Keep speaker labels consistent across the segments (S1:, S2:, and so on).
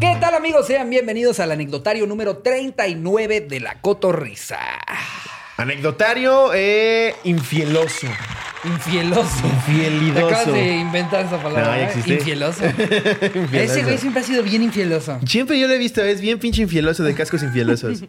S1: ¿Qué tal amigos? Sean bienvenidos al anecdotario número 39 de la cotorrisa.
S2: Anecdotario eh, infieloso.
S1: Infieloso. Te acabas
S2: Fielidoso.
S1: de inventar esa palabra.
S2: No, ya
S1: ¿eh?
S2: existe.
S1: Infieloso.
S2: Infieloso.
S1: Ese güey siempre ha sido bien infieloso.
S2: Siempre yo lo he visto, es bien pinche infieloso de cascos infielosos.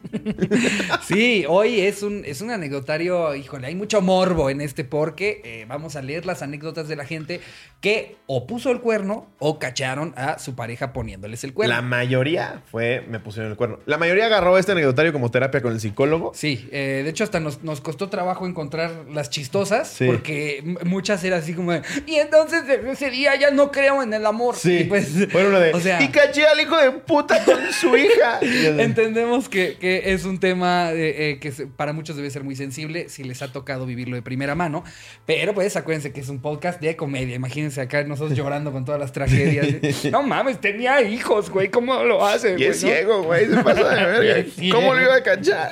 S1: Sí, hoy es un, es un anecdotario, híjole, hay mucho morbo en este porque eh, vamos a leer las anécdotas de la gente que o puso el cuerno o cacharon a su pareja poniéndoles el cuerno.
S2: la mayoría fue, me pusieron el cuerno. La mayoría agarró este anecdotario como terapia con el psicólogo.
S1: Sí, eh, de hecho hasta nos, nos costó trabajo encontrar las chistosas
S2: Sí.
S1: porque m- muchas eran así como de, y entonces desde ese día ya no creo en el amor. Y pues,
S2: Fue uno de.
S1: o sea,
S2: y caché al hijo de puta con su hija. Y yo de-
S1: Entendemos que, que es un tema eh, eh, que se- para muchos debe ser muy sensible si les ha tocado vivirlo de primera mano. Pero pues acuérdense que es un podcast de comedia. Imagínense acá nosotros llorando con todas las tragedias. No mames, tenía hijos, güey. ¿Cómo lo hace?
S2: y es
S1: güey, "Ah, no?
S2: ciego, güey. Se pasa de verga.
S1: Es ciego.
S2: ¿Cómo lo iba a cachar?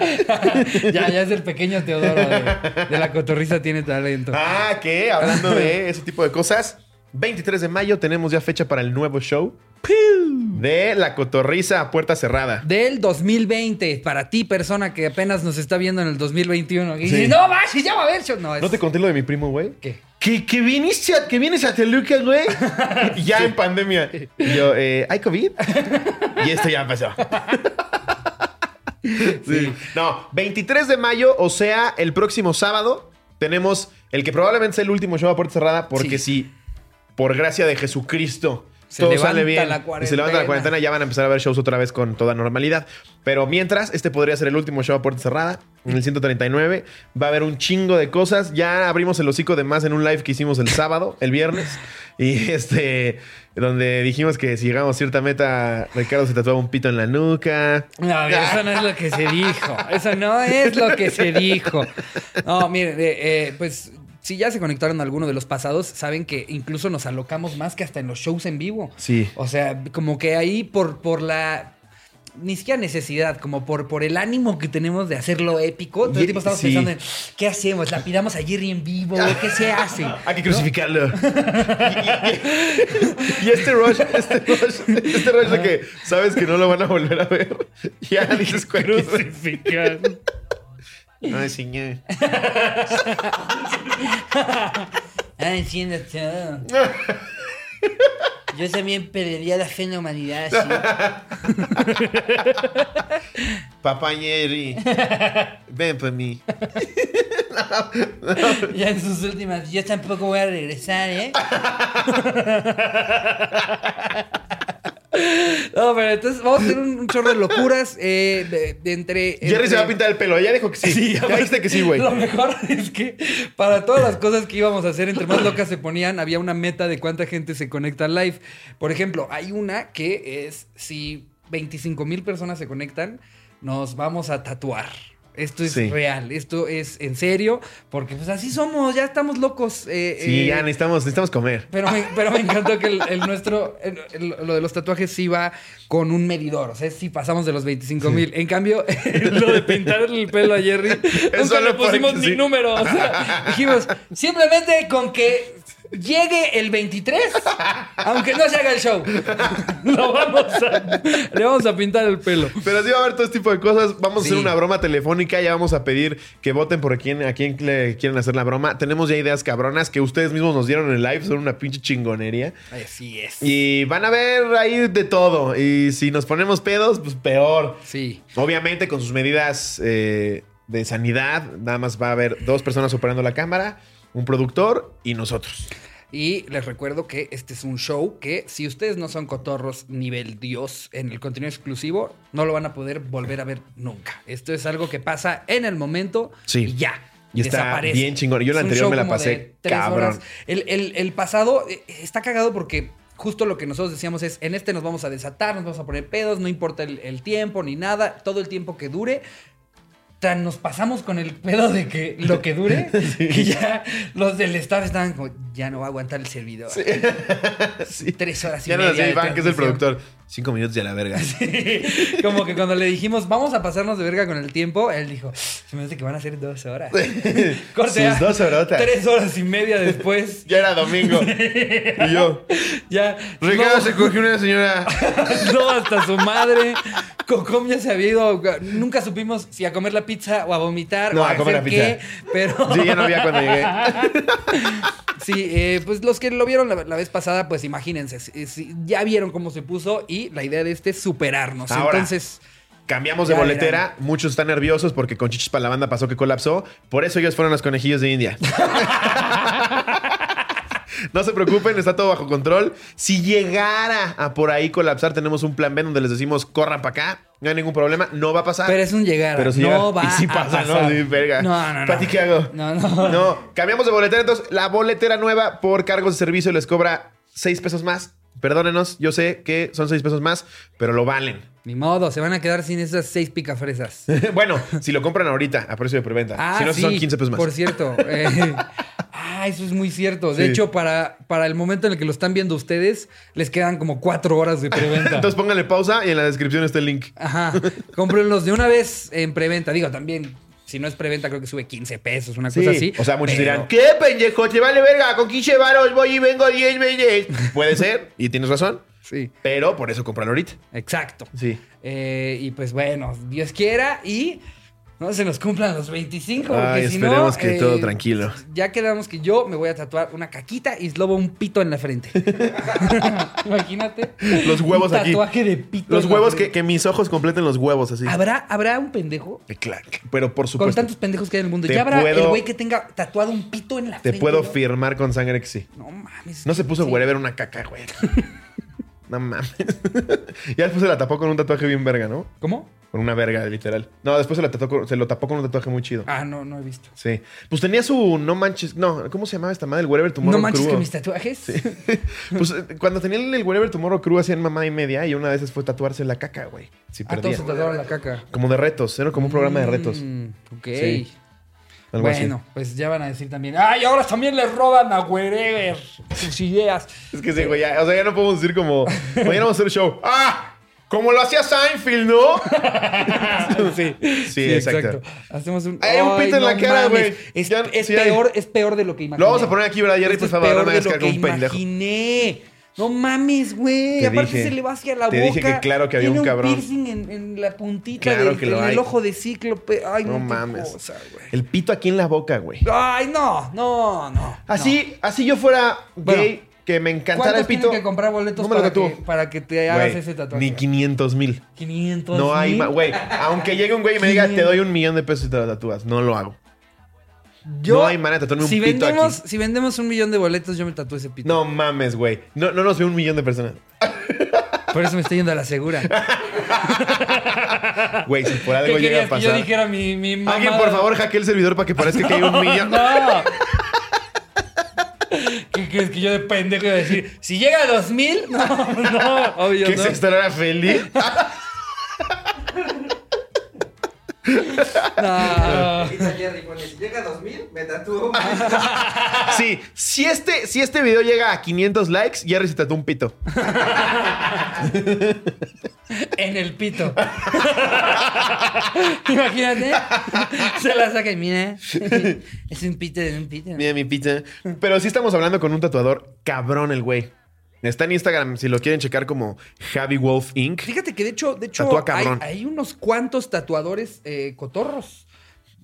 S1: ya, ya es el pequeño Teodoro de, de la cotorriza tiene talento.
S2: Ah, ¿qué? Hablando de ese tipo de cosas. 23 de mayo tenemos ya fecha para el nuevo show de La Cotorriza a Puerta Cerrada.
S1: Del 2020, para ti, persona que apenas nos está viendo en el 2021. Y dices, no, va, si ya va a haber show. No, es...
S2: ¿No te conté lo de mi primo, güey?
S1: ¿Qué?
S2: Que, que viniste a, que vienes a Toluca, güey. ya en pandemia. Y yo, eh, ¿hay COVID? y esto ya pasó. sí. No, 23 de mayo, o sea, el próximo sábado, tenemos el que probablemente sea el último show a puerta cerrada, porque si, por gracia de Jesucristo,
S1: Se
S2: todo
S1: levanta
S2: sale bien
S1: la
S2: y se levanta
S1: cuarentena.
S2: la cuarentena, ya van a empezar a ver shows otra vez con toda normalidad. Pero mientras, este podría ser el último show a puerta cerrada. En el 139 va a haber un chingo de cosas. Ya abrimos el hocico de más en un live que hicimos el sábado, el viernes. Y este, donde dijimos que si llegamos a cierta meta, Ricardo se tatuaba un pito en la nuca.
S1: A ver, eso no es lo que se dijo. Eso no es lo que se dijo. No, miren, eh, eh, pues si ya se conectaron a alguno de los pasados, saben que incluso nos alocamos más que hasta en los shows en vivo.
S2: Sí.
S1: O sea, como que ahí por, por la. Ni siquiera necesidad, como por, por el ánimo que tenemos de hacerlo épico. Todo el
S2: Ye-
S1: tiempo estamos
S2: sí.
S1: pensando en ¿qué hacemos? ¿La pidamos a Jerry en vivo? ¿Qué se hace?
S2: Hay que crucificarlo. y, y- y este rush, este rush, este rush de que sabes que no lo van a volver a ver. Ya dices cualquier
S1: Crucificar.
S2: Ay, señor.
S1: Ah, entiendo todo. Yo también perdería la fe en la humanidad, sí.
S2: Papá Jerry, ven pues, por mí.
S1: Ya en sus últimas, yo tampoco voy a regresar, ¿eh? No, pero entonces vamos a hacer un, un chorro de locuras eh, de, de entre...
S2: Jerry se va a
S1: entre-
S2: pintar el pelo. Ya dijo que sí.
S1: Sí,
S2: ya dijiste que sí, güey.
S1: Lo mejor es que para todas las cosas que íbamos a hacer, entre más locas se ponían, había una meta de cuánta gente se conecta al live. Por ejemplo, hay una que es si 25 mil personas se conectan, nos vamos a tatuar. Esto es
S2: Sí.
S1: real, esto es en serio, porque pues así somos, ya estamos locos. eh,
S2: Sí,
S1: eh,
S2: ya necesitamos, necesitamos comer.
S1: pero me, pero me encantó que el, el nuestro, el- el- lo de los tatuajes sí va con un medidor. O sea, sí pasamos de los 25 mil. En cambio, lo de pintar el pelo a Jerry, nunca
S2: solo
S1: le pusimos
S2: porque
S1: ni
S2: sí.
S1: número. O sea, dijimos, simplemente con que llegue el 23, aunque no se haga el show, lo vamos a- le vamos a pintar el pelo.
S2: Pero sí va a haber todo este tipo de cosas. Vamos
S1: Sí.
S2: a hacer una broma telefónica. Ya vamos a pedir que voten por quién, a quién le quieren hacer la broma. Tenemos ya ideas cabronas que ustedes mismos nos dieron en el live. Son una pinche chingonería.
S1: Así es.
S2: Y van a ver ahí de todo. Y si nos ponemos pedos, pues peor.
S1: Sí.
S2: Obviamente con sus medidas eh, de sanidad, nada más va a haber dos personas operando la cámara, un productor y nosotros.
S1: Y les recuerdo que este es un show que si ustedes no son cotorros nivel Dios en el contenido exclusivo, no lo van a poder volver a ver nunca. Esto es algo que pasa en el momento
S2: Sí.
S1: y ya.
S2: Y está
S1: desaparece.
S2: bien chingón. Yo la
S1: Es un
S2: anterior
S1: show
S2: me la
S1: como
S2: pasé
S1: de tres
S2: cabrón.
S1: horas. El, el- el pasado eh, está cagado porque justo lo que nosotros decíamos es, en este nos vamos a desatar, nos vamos a poner pedos, no importa el, el tiempo ni nada, todo el tiempo que dure. Tan nos pasamos con el pedo de que lo que dure, que ya los del staff estaban como, ya no va a aguantar el servidor.
S2: Sí.
S1: Tres horas y
S2: Ya no
S1: media.
S2: nos dice
S1: de
S2: Iván, que es el
S1: transmisión.
S2: productor. Cinco minutos y a la verga.
S1: Como que cuando le dijimos, vamos a pasarnos de verga con el tiempo, él dijo, se me hace que van a ser dos horas. Corte
S2: Sus
S1: a
S2: dos horotas.
S1: Tres horas y media después,
S2: Ya era domingo. y yo.
S1: ya.
S2: Ricardo
S1: no-
S2: se cogió una señora.
S1: No, hasta su madre. Cocom ya se había ido. a- Nunca supimos si a comer la pizza o a vomitar.
S2: No,
S1: o
S2: a comer
S1: hacer
S2: la pizza.
S1: qué, pero.
S2: Sí, ya no había cuando llegué.
S1: Sí, eh, pues los que lo vieron la, la vez pasada, pues imagínense. si- si ya vieron cómo se puso y la idea de este es superarnos.
S2: Ahora.
S1: Entonces.
S2: Cambiamos
S1: Ya
S2: de boletera. Muchos están nerviosos porque con Chichis para la banda pasó que colapsó. Por eso ellos fueron los conejillos de India. No se preocupen, está todo bajo control. Si llegara a por ahí colapsar, tenemos un plan B donde les decimos corran para acá. No hay ningún problema, no va a pasar.
S1: Pero es un llegar.
S2: Pero si
S1: no
S2: llega-
S1: va
S2: y si
S1: a
S2: pasa, ¿no?
S1: pasar.
S2: Sí, verga.
S1: No, no, no.
S2: ¿Pati qué hago?
S1: No, no.
S2: No, cambiamos de boletera. Entonces, la boletera nueva por cargos de servicio les cobra 6 pesos más. Perdónenos, yo sé que son 6 pesos más, pero lo valen.
S1: Ni modo, se van a quedar sin esas seis picafresas.
S2: bueno, si lo compran ahorita a precio de preventa.
S1: Ah,
S2: si no,
S1: sí,
S2: son 15 pesos más.
S1: Por cierto. eh, ah, eso es muy cierto. De
S2: Sí.
S1: hecho, para, para el momento en el que lo están viendo ustedes, les quedan como cuatro horas de preventa.
S2: Entonces pónganle pausa y en la descripción está el link.
S1: Ajá. Cómprenlos de una vez en preventa. Digo, también, si no es preventa, creo que sube 15 pesos, una cosa pues así.
S2: O sea, muchos
S1: Pero-
S2: dirán, ¿qué pendejo? Te vale verga, con 15 varos voy y vengo 10 veces. Puede ser, y tienes razón,
S1: Sí,
S2: pero por eso cómpralo ahorita.
S1: exacto.
S2: Sí.
S1: Eh, y pues bueno, Dios quiera y no se nos cumplan los 25. Porque
S2: Ay,
S1: si no, eh,
S2: esperemos que todo tranquilo.
S1: Ya quedamos que yo me voy a tatuar una caquita y Slobo un pito en la frente. Imagínate.
S2: Los huevos
S1: un
S2: aquí.
S1: Tatuaje de pito.
S2: Los
S1: en la
S2: huevos, que,
S1: frente.
S2: que mis ojos completen los huevos así.
S1: ¿Habrá, ¿Habrá un pendejo?
S2: Eh, claro, Pero por
S1: Con
S2: supuesto,
S1: tantos pendejos que hay en el mundo.
S2: Te
S1: ya habrá el
S2: puedo-
S1: güey que tenga tatuado un pito en la
S2: te
S1: frente.
S2: puedo
S1: güey?
S2: firmar con sangre que sí.
S1: No mames.
S2: No se puso
S1: Sí.
S2: wherever una caca, güey. no mames. ya después se la tapó con un tatuaje bien verga, ¿no?
S1: ¿Cómo?
S2: Con una verga, literal. No, después se, la tatuó con- se lo tapó con un tatuaje muy chido.
S1: Ah, no, no he visto.
S2: Sí. Pues tenía su no manches. No, ¿cómo se llamaba esta madre? El Wherever Tomorrow
S1: No manches
S2: Crew.
S1: que mis tatuajes.
S2: Pues eh, cuando tenía el el Wherever Tomorrow Crew hacían mamá y media y una de esas fue tatuarse la caca, güey. Si
S1: A todos
S2: perdía.
S1: se tatuaron la caca.
S2: Como de retos, era como un programa de retos.
S1: Mm, ok.
S2: Sí, Algo
S1: bueno, pues ya van a decir también. ¡Ay, ahora también le roban a Wherever sus ideas!
S2: así. Es que sí, güey, ya, o sea, ya no podemos decir como, mañana vamos a hacer show. ¡Ah! Como lo hacía Seinfeld, ¿no?
S1: sí,
S2: exacto.
S1: Hacemos un.
S2: Hay un
S1: ¡Ay,
S2: pito en la cara,
S1: mames!
S2: güey.
S1: Es,
S2: Ya-
S1: es
S2: sí hay.
S1: peor, es peor de lo que imaginé.
S2: Lo vamos a poner aquí, ¿verdad, Jerry?
S1: Esto
S2: Por favor, no me
S1: es
S2: hagas
S1: peor de
S2: quedar como
S1: lo
S2: un
S1: que
S2: pendejo.
S1: imaginé. No mames, güey.
S2: Te
S1: Aparte
S2: dije.
S1: se le va hacia la
S2: Te
S1: boca.
S2: dije que claro que había
S1: Tiene
S2: un cabrón.
S1: piercing en, en la puntita
S2: Claro
S1: del
S2: que lo
S1: en el
S2: hay.
S1: ojo de cíclope. Ay, no,
S2: No
S1: qué
S2: mames.
S1: cosa, güey.
S2: El pito aquí en la boca, güey.
S1: Ay, no, no, no.
S2: Así, así yo fuera gay,
S1: Bueno,
S2: que me
S1: no.
S2: encantara
S1: ¿Cuántos
S2: el pito.
S1: tienen que comprar boletos
S2: No me lo
S1: para que,
S2: tatúo.
S1: para que te hagas
S2: Güey,
S1: ese tatuaje?
S2: Ni 500 mil.
S1: 500
S2: No hay
S1: mil.
S2: más, güey. Aunque llegue un güey y me diga, te doy un millón de pesos y te lo tatúas. No lo hago.
S1: Yo,
S2: no hay manera de tatuarme un
S1: si
S2: pito
S1: vendemos,
S2: aquí.
S1: Si vendemos un millón de boletos, yo me tatúo ese pito.
S2: No mames, güey. No, no nos ve un millón de personas.
S1: Por eso me estoy yendo a la segura.
S2: Güey, si por algo
S1: ¿Qué
S2: llega
S1: querías
S2: a
S1: que yo
S2: pasar.
S1: dijera mi, mi mamá?
S2: Alguien, por favor, hackee el servidor para que parezca que hay un millón.
S1: No. ¿Qué crees que yo de pendejo iba a decir? Si llega a 2000, no, no, obvio
S2: ¿Qué
S1: no.
S2: se estará feliz?
S1: No.
S3: Pizza Jerry pone, si llega a 2000, me tatúo.
S2: Sí, si este, si este video llega a 500 likes, Jerry se tatúa un pito.
S1: En el pito. Imagínate. Se la saca y mira. Es un pito de un pito.
S2: Mira mi pizza. Pero sí estamos hablando con un tatuador cabrón, el güey. Está en Instagram, si lo quieren checar como Javi Wolf Inc.
S1: Fíjate que de hecho, de hecho
S2: Tatúa
S1: hay,
S2: cabrón.
S1: hay unos cuantos tatuadores eh, cotorros.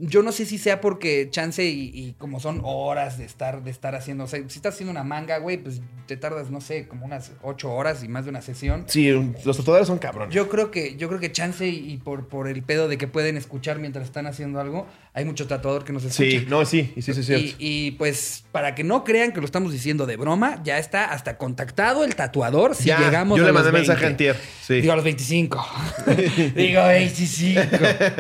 S1: Yo no sé si sea porque chance y, y como son horas de estar, de estar haciendo. O sea, si estás haciendo una manga, güey, pues te tardas, no sé, como unas ocho horas y más de una sesión.
S2: Sí, un- los tatuadores son cabrones.
S1: Yo creo que, yo creo que chance y, y por, por el pedo de que pueden escuchar mientras están haciendo algo, hay mucho tatuador que nos escucha.
S2: sí, no, sí, y sí, sí, es cierto.
S1: Y, y, pues, para que no crean que lo estamos diciendo de broma, ya está hasta contactado el tatuador si
S2: Ya,
S1: llegamos
S2: yo
S1: a
S2: le
S1: los
S2: mandé mensaje
S1: 20.
S2: antier, sí.
S1: Digo a los 25. Digo 25.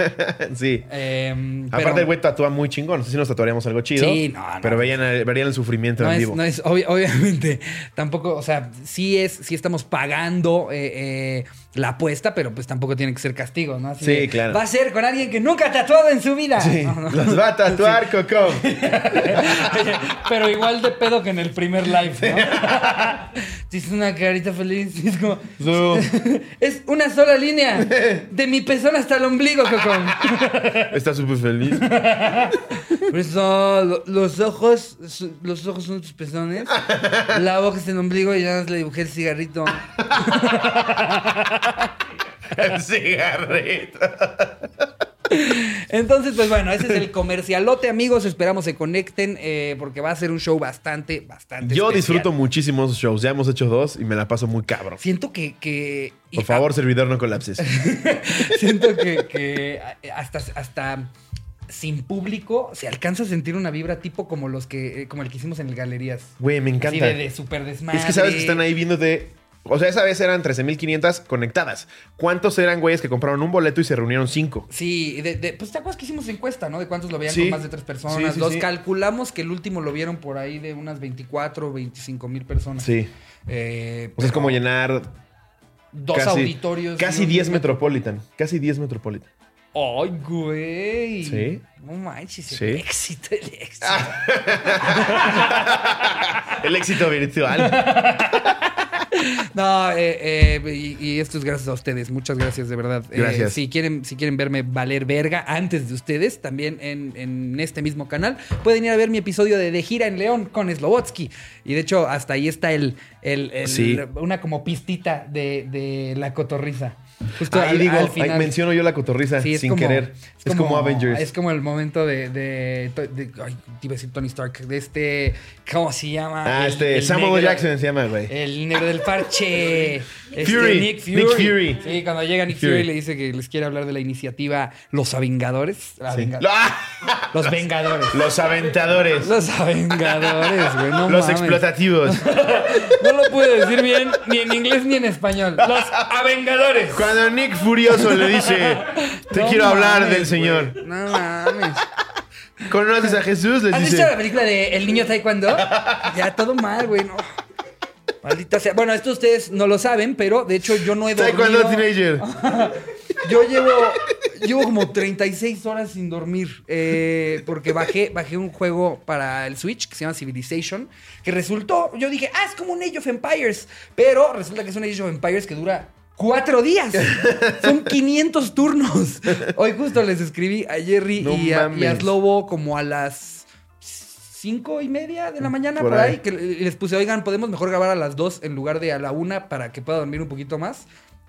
S2: sí.
S1: Em, pero
S2: Aparte, el güey tatúa muy chingón. No sé si nos tatuaríamos algo chido.
S1: Sí, no, no.
S2: Pero verían, el- verían el sufrimiento
S1: No
S2: en
S1: es,
S2: vivo.
S1: no es obvi- obviamente, tampoco, o sea, sí es, sí estamos pagando eh, eh, la apuesta, pero pues tampoco tiene que ser castigo, ¿no? Así
S2: Sí,
S1: de,
S2: claro.
S1: Va a ser con alguien que nunca ha tatuado en su vida.
S2: Sí,
S1: No, no.
S2: los va a tatuar, Coco.
S1: Pero igual de pedo que en el primer live, ¿no? Te hice una carita feliz. y Es como. es una sola línea. De mi pezón hasta el ombligo, Cocón.
S2: Está súper feliz.
S1: Por eso lo- los ojos. su- Los ojos son tus pezones. La boca es el ombligo y ya nada más le dibujé el cigarrito.
S2: El cigarrito.
S1: Entonces, pues bueno, ese es el comercialote, amigos. Esperamos se conecten eh, porque va a ser un show bastante, bastante.
S2: Yo
S1: especial.
S2: disfruto muchísimo esos shows. Ya hemos hecho dos y me la paso muy cabrón.
S1: Siento que. que
S2: Por
S1: y-
S2: favor, servidor, no colapses.
S1: Siento que, que hasta, hasta sin público se alcanza a sentir una vibra tipo como los que eh, como el que hicimos en el Galerías.
S2: Güey, me encanta.
S1: Así de, de super desmadre.
S2: Es que sabes que están ahí viéndote. O sea, esa vez eran 13.500 conectadas. ¿Cuántos eran güeyes que compraron un boleto y se reunieron cinco?
S1: Sí, de- de- pues te acuerdas que hicimos encuesta, ¿no? De cuántos lo veían
S2: Sí.
S1: con más de tres personas.
S2: Sí, sí,
S1: los
S2: sí.
S1: calculamos que el último lo vieron por ahí de unas 24 o 25 mil personas.
S2: Sí.
S1: Eh,
S2: O sea, es como llenar
S1: dos
S2: casi,
S1: auditorios.
S2: Casi 10 Metropolitan. Casi 10 Metropolitan.
S1: ¡Ay, güey!
S2: Sí.
S1: No manches, el
S2: Sí.
S1: éxito, el éxito.
S2: El éxito virtual.
S1: No, eh, eh, y, y esto es gracias a ustedes. Muchas gracias, de verdad. Eh,
S2: Gracias.
S1: si, quieren, si quieren verme valer verga antes de ustedes, también en, en este mismo canal, pueden ir a ver mi episodio de De Gira en León con Slobotsky. Y de hecho, hasta ahí está el, el- el-
S2: Sí.
S1: una como pistita de, de la cotorriza. Justo
S2: Ahí
S1: al-
S2: digo,
S1: al
S2: ahí
S1: final.
S2: menciono yo la cotorriza
S1: Sí, es
S2: sin
S1: como-
S2: querer. Es, como, Avengers.
S1: Es como el momento de. de- de- ay, te iba a decir Tony Stark. De este. ¿Cómo se llama?
S2: ah,
S1: El-
S2: este,
S1: el Eh,
S2: Samuel
S1: negro.
S2: Jackson se llama, güey.
S1: El negro del parche. Este,
S2: Fury,
S1: Nick Fury.
S2: Nick Fury.
S1: Sí, cuando llega Nick
S2: Fury.
S1: Fury. le dice que les quiere hablar de la iniciativa Los Avengadores. La
S2: Sí.
S1: Venga-
S2: ¡Ah!
S1: Los Vengadores.
S2: Los aventadores.
S1: Los Avengadores, güey. No
S2: los
S1: mames.
S2: explotativos.
S1: No lo pude decir bien ni en inglés ni en español. Los Avengadores.
S2: Cuando Nick Furioso le dice, te
S1: No
S2: quiero hablar
S1: mames,
S2: del Señor.
S1: güey. No mames.
S2: ¿Conoces a Jesús? Les
S1: ¿Has
S2: dice.
S1: visto la película de El Niño Taekwondo? Ya todo mal, güey. No. Maldita sea. Bueno, esto ustedes no lo saben, pero de hecho yo no he dormido.
S2: Taekwondo Teenager.
S1: Yo llevo, llevo como 36 horas sin dormir. eh, porque bajé, bajé un juego para el Switch que se llama Civilization. Que resultó, yo dije, ah, es como un Age of Empires. Pero resulta que es un Age of Empires que dura. Cuatro días. Son 500 turnos. Hoy justo les escribí a Jerry
S2: No
S1: y, a, y a
S2: mames.
S1: Slobo como a las cinco y media de la mañana
S2: Por
S1: por, ahí.
S2: ahí.
S1: que y les puse, oigan, podemos mejor grabar a las dos en lugar de a la una para que pueda dormir un poquito más.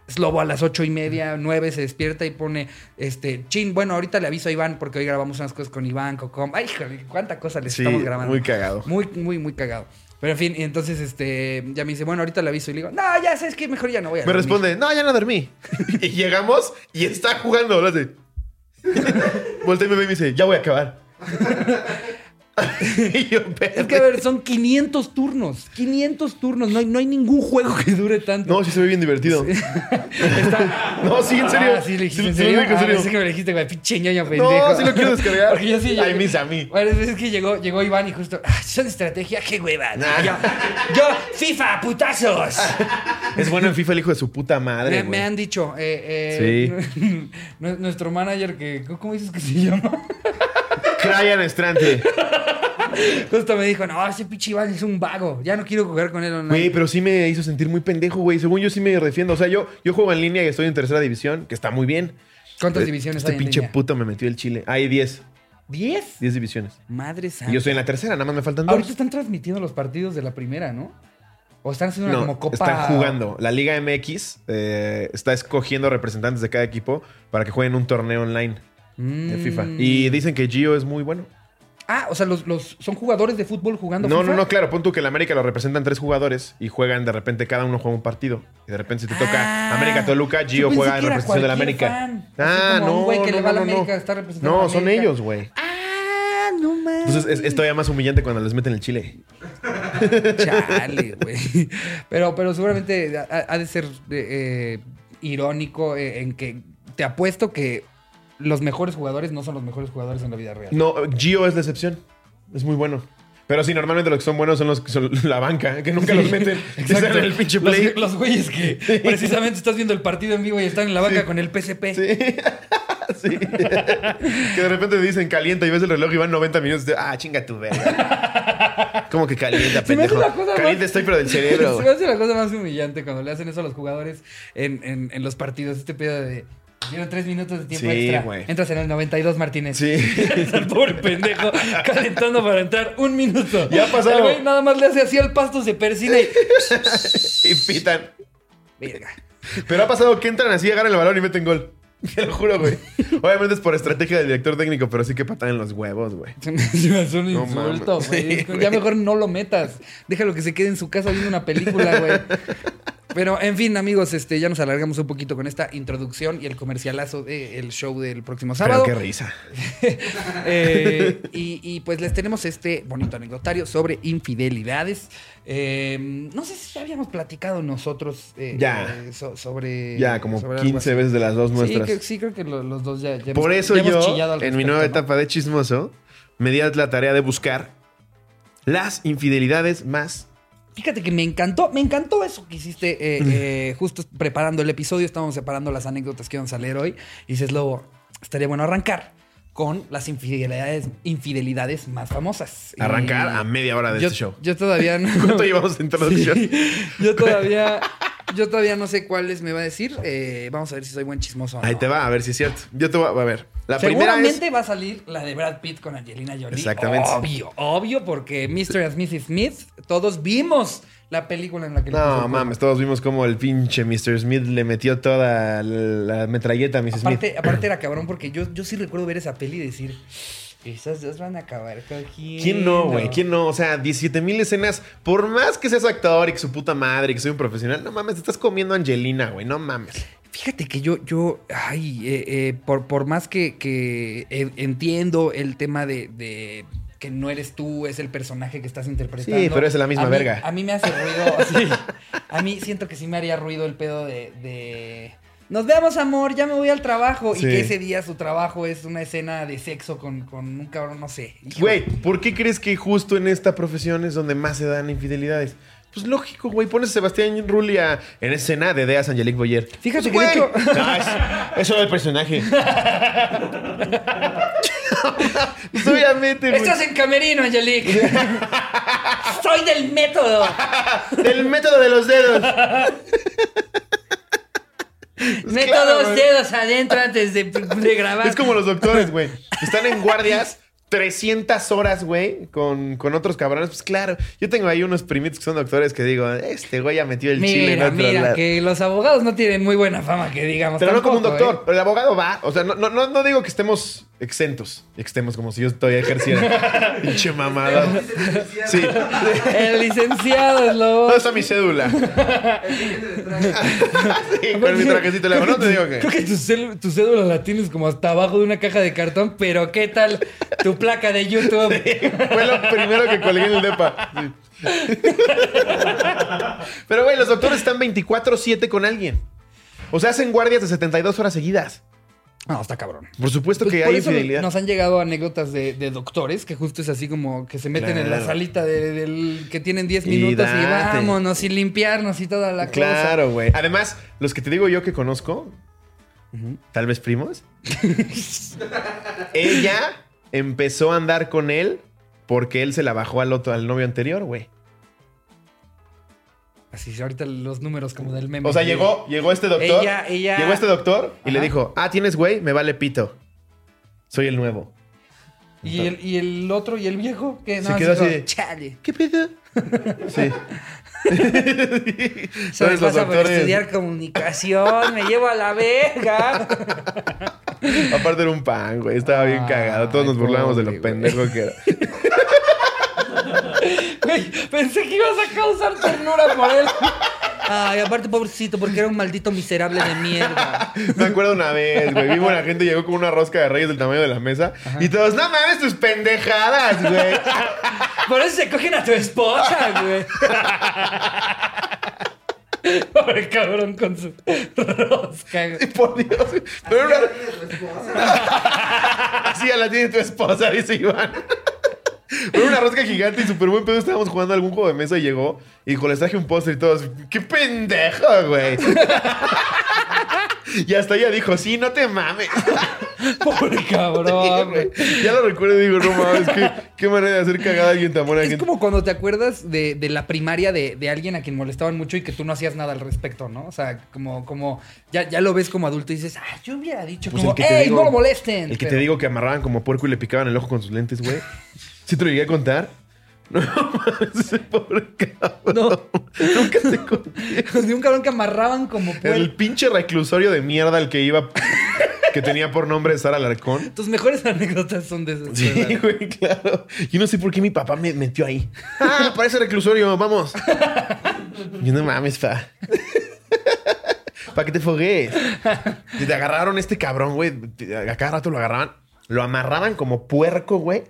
S1: Slobo a las ocho y media, nueve, se despierta y pone, este, chin, bueno, ahorita le aviso a Iván porque hoy grabamos unas cosas con Iván, Cocom. Ay, híjole, cuánta cosa les
S2: Sí,
S1: estamos grabando.
S2: muy cagado.
S1: Muy, muy, muy cagado. Pero en fin, y entonces, este, ya me dice, bueno, ahorita le aviso y le digo, no, ya sabes que mejor ya no voy a
S2: Me
S1: dormir".
S2: responde, no, ya no dormí. y llegamos y está jugando. Lo hace. Voltea y me ve y me dice, ya voy a acabar. y yo,
S1: Es que, a ver, son 500 turnos, 500 turnos, no hay, no hay ningún juego que dure tanto.
S2: No, sí se ve bien divertido. no, sí, en serio.
S1: Ah, sí, le dijiste
S2: Sí,
S1: en
S2: sí,
S1: serio.
S2: en
S1: Ah,
S2: serio.
S1: pensé que me lo dijiste, güey, pinche ñoño pendejo.
S2: No, sí lo quiero descargar.
S1: Porque yo sí llegué-
S2: Ay, mis a mí.
S1: Varias veces que llegó, llegó Iván y justo, ah, son estrategia, qué hueva. ¿no?
S2: Nah.
S1: Yo, yo, FIFA, putazos.
S2: Es bueno en FIFA el hijo de su puta
S1: me,
S2: madre.
S1: me
S2: güey.
S1: han dicho, eh, eh, nu- nuestro manager que, ¿cómo dices que se llama?
S2: Cryan Estrante.
S1: Justo me dijo, no, ese pinche Iván es un vago, ya no quiero jugar con él online.
S2: Güey, pero sí me hizo sentir muy pendejo, güey. Según yo sí me defiendo. O sea, yo, yo juego en línea y estoy en tercera división, que está muy bien.
S1: ¿Cuántas
S2: Eh,
S1: divisiones
S2: Este
S1: hay en
S2: pinche
S1: línea?
S2: puto me metió el chile. Ah, Hay 10.
S1: ¿Diez?
S2: 10 divisiones.
S1: Madre
S2: Y
S1: santa.
S2: yo estoy en la tercera, nada más me faltan
S1: Ah. Ahorita
S2: dos.
S1: están transmitiendo los partidos de la primera, ¿no? O están haciendo una
S2: No,
S1: como copa.
S2: están jugando. La Liga MX eh, está escogiendo representantes de cada equipo para que jueguen un torneo online de
S1: Mm.
S2: FIFA. Y dicen que Gio es muy bueno.
S1: Ah, o sea, los, los- son jugadores de fútbol jugando
S2: No,
S1: FIFA?
S2: no, no, claro. Pon tú que en la América lo representan tres jugadores y juegan de repente, cada uno juega un partido. Y de repente si te toca
S1: Ah.
S2: América Toluca,
S1: Yo
S2: Gio
S1: pensé
S2: juega
S1: que
S2: en
S1: era
S2: representación de la
S1: cualquier
S2: América.
S1: fan.
S2: Ah,
S1: Así como
S2: no,
S1: un güey que
S2: no,
S1: le va a
S2: no,
S1: la
S2: no,
S1: América,
S2: no.
S1: está representando a
S2: No,
S1: la
S2: son
S1: América.
S2: ellos, güey.
S1: Ah, no mames.
S2: Entonces es, es todavía más humillante cuando les meten el chile.
S1: Chale, güey. Pero, pero seguramente ha, ha de ser eh, eh, irónico eh, en que te apuesto que los mejores jugadores no son los mejores jugadores en la vida real.
S2: No, Gio es la excepción. Es muy bueno. Pero sí, normalmente los que son buenos son los que son la banca, que nunca los meten. Y salen en el pinche
S1: Los-
S2: play.
S1: Los, güeyes que precisamente estás viendo el partido en vivo y están en la banca con el PCP.
S2: Sí. Sí. que de repente te dicen calienta y ves el reloj y van 90 minutos. de, ah, chinga tu verga. Como que calienta,
S1: Se me hace
S2: pendejo.
S1: la cosa
S2: Calienta
S1: más-
S2: estoy, pero del cerebro.
S1: Se me hace la cosa más humillante cuando le hacen eso a los jugadores en, en- en los partidos. Este pedo de. Dieron tres minutos de tiempo
S2: Sí,
S1: extra.
S2: güey.
S1: Entras en el 92, Martínez.
S2: Sí.
S1: el pobre pendejo calentando para entrar un minuto.
S2: Ya ha pasado.
S1: El güey nada más le hace así al pasto, se persina y.
S2: y pitan.
S1: Verga.
S2: Pero ha pasado que entran así, agarran el balón y meten gol. Te lo juro, güey. Obviamente es por estrategia del director técnico, pero sí que patan en los huevos, güey.
S1: Se me- se me hace un
S2: No
S1: insulto,
S2: mames.
S1: güey.
S2: Sí, güey.
S1: ya mejor no lo metas. Déjalo que se quede en su casa viendo una película, güey. Pero, en fin, amigos, este, ya nos alargamos un poquito con esta introducción y el comercialazo del show del próximo sábado.
S2: Pero qué risa.
S1: Eh, y, y, pues les tenemos este bonito anecdotario sobre infidelidades. Eh, no sé si ya habíamos platicado nosotros eh,
S2: Ya.
S1: eh, so- sobre.
S2: Ya, como
S1: sobre algo
S2: 15
S1: así.
S2: veces de las dos
S1: Sí,
S2: muestras.
S1: creo, sí, creo que lo- los dos ya. ya
S2: Por
S1: hemos-
S2: eso
S1: ya hemos chillado
S2: yo,
S1: al
S2: en mi
S1: respecto,
S2: nueva
S1: ¿no?
S2: etapa de chismoso, me di a la tarea de buscar las infidelidades más.
S1: Fíjate que me encantó, me encantó eso que hiciste eh, eh, justo preparando el episodio. Estábamos separando las anécdotas que iban a salir hoy. Y dices, Lobo, estaría bueno arrancar con las infidelidades, infidelidades más famosas. Y-
S2: Arrancar a media hora de
S1: yo,
S2: este show.
S1: Yo todavía no.
S2: ¿Cuánto llevamos de introducción?
S1: Yo todavía. Yo todavía no sé cuáles me va a decir. Eh, vamos a ver si soy buen chismoso o no.
S2: Ahí te va, a ver si es cierto. Yo te voy a, a ver. La primera
S1: Seguramente
S2: es.
S1: va a salir la de Brad Pitt con Angelina Jolie.
S2: Exactamente.
S1: Obvio, obvio, porque Mr. and Mrs. Smith, todos vimos la película en la que le puso el
S2: No
S1: cuerno.
S2: mames, todos vimos cómo el pinche Mr. Smith le metió toda la metralleta a Mrs. Smith.
S1: Aparte, aparte era cabrón porque yo, yo sí recuerdo ver esa peli y decir, esas dos van a acabar cogiendo.
S2: ¿Quién no, güey? ¿Quién no? O sea, 17 mil escenas. Por más que seas actor y que su puta madre y que soy un profesional, no mames, te estás comiendo a Angelina, güey. No mames.
S1: Fíjate que yo, yo, ay, eh, eh, por, por más que, que, eh, entiendo el tema de, de que no eres tú, es el personaje que estás interpretando.
S2: Sí, pero es la misma
S1: a mí-
S2: verga.
S1: A mí me hace ruido, sí. A mí siento que sí me haría ruido el pedo de... de, Nos vemos, amor, ya me voy al trabajo.
S2: Sí.
S1: Y que ese día su trabajo es una escena de sexo con, con un cabrón, no sé. Híjole.
S2: Güey, ¿por qué crees que justo en esta profesión es donde más se dan infidelidades? Pues lógico, güey. Pones a Sebastián Rulli a- en escena de Deas Angelique Boyer.
S1: Fíjate
S2: Pues,
S1: que de
S2: güey. No, es- eso era el personaje. Pues, Obviamente, güey.
S1: Estás en camerino, Angelique. Soy del método.
S2: El método de los dedos.
S1: Meto
S2: Pues claro,
S1: dos
S2: güey.
S1: dedos adentro antes de, de grabar.
S2: Es como los doctores, güey. Están en guardias 300 horas, güey, con, con otros cabrones. Pues claro, yo tengo ahí unos primitos que son doctores que digo, este güey ya metió el chile en
S1: Mira,
S2: otro
S1: mira,
S2: lado.
S1: que los abogados no tienen muy buena fama, que digamos.
S2: Pero no como un
S1: tampoco, ¿eh?
S2: doctor. El abogado va. O sea, no, no, no, no digo que estemos exentos. Extemos, como si yo todavía ejerciera. Pinche mamada. Sí.
S1: ¿eh? El licenciado es lo.
S2: No está mi cédula. Sí, con mi trajecito le hago. No te digo que.
S1: Creo que tu, cel- tu cédula la tienes como hasta abajo de una caja de cartón, pero ¿qué tal tu placa de YouTube?
S2: Fue lo primero que colgué en el depa. Sí. Pero, güey, los doctores están 24-7 con alguien. O sea, hacen guardias de 72 horas seguidas.
S1: No, está cabrón.
S2: Por supuesto
S1: Pues
S2: que
S1: por
S2: hay
S1: eso
S2: infidelidad.
S1: nos han llegado anécdotas de, de doctores que justo es así como que se meten en la
S2: Claro.
S1: salita de- del que tienen 10
S2: Y
S1: minutos y,
S2: date.
S1: vámonos y limpiarnos y toda la cosa.
S2: Claro, güey. Además, los que te digo yo que conozco, tal vez primos, ella empezó a andar con él porque él se la bajó al otro, al novio anterior, güey.
S1: Así ahorita los números como del meme.
S2: O sea, llegó, llegó este doctor.
S1: Ella- ella-
S2: Llegó este doctor y le
S1: Ajá.
S2: dijo: Ah, tienes güey, me vale pito. Soy el nuevo.
S1: Y el, y el otro y el viejo que
S2: Se
S1: no
S2: quedó así
S1: como,
S2: de-
S1: chale.
S2: ¿Qué pedo? Sí.
S1: Se me
S2: Entonces, los
S1: pasa por
S2: doctores-
S1: estudiar comunicación, me llevo a la verga.
S2: Aparte era un pan, güey. Estaba bien
S1: Ah, Ay,
S2: cagado. Todos nos burlábamos de
S1: pobre,
S2: lo
S1: güey.
S2: pendejo que era.
S1: Güey, pensé que ibas a causar ternura por él. Ay, aparte, pobrecito, porque era un maldito miserable de mierda.
S2: Me acuerdo una vez, güey. Vimos la gente llegó con una rosca de reyes del tamaño de la mesa. Y todos, no mames, tus pendejadas, güey.
S1: Por eso se cogen a tu esposa, güey. Pobre cabrón con su rosca, güey.
S2: Y por Dios. güey. Pero una... Así ya la tiene tu esposa, dice Iván. Fue una rosca gigante y súper buen pedo. Estábamos jugando algún juego de mesa y llegó. Y dijo, les traje un póster y todos. ¡Qué pendejo, güey! y hasta ella dijo, sí, no te mames.
S1: Pobre cabrón, güey.
S2: ya lo recuerdo y digo, no mames, qué, qué manera de hacer cagada a alguien tan buena.
S1: Es
S2: gente".
S1: como cuando te acuerdas de, de la primaria de, de alguien a quien molestaban mucho y que tú no hacías nada al respecto, ¿no? O sea, como, como ya, ya lo ves como adulto y dices, ah, yo hubiera dicho
S2: Pues
S1: como,
S2: el que te
S1: ¡Ey,
S2: digo-
S1: no lo molesten!
S2: El que te
S1: Pero-
S2: digo que amarraban como puerco y le picaban el ojo con sus lentes, güey. ¿Sí te lo llegué a contar? No mames, ese pobre cabrón. Nunca te conté.
S1: De un cabrón que amarraban como
S2: El
S1: puerco.
S2: pinche reclusorio de mierda al que iba, que tenía por nombre Sara Larcón.
S1: Tus mejores anécdotas son de esas.
S2: Sí,
S1: ¿verdad?
S2: güey, claro. Yo no sé por qué mi papá me metió ahí. ¡Ah! Para ese reclusorio, vamos. Yo no mames, pa. Para que te foguees. Y te agarraron este cabrón, güey. Te- A cada rato lo agarraban. Lo amarraban como puerco, güey.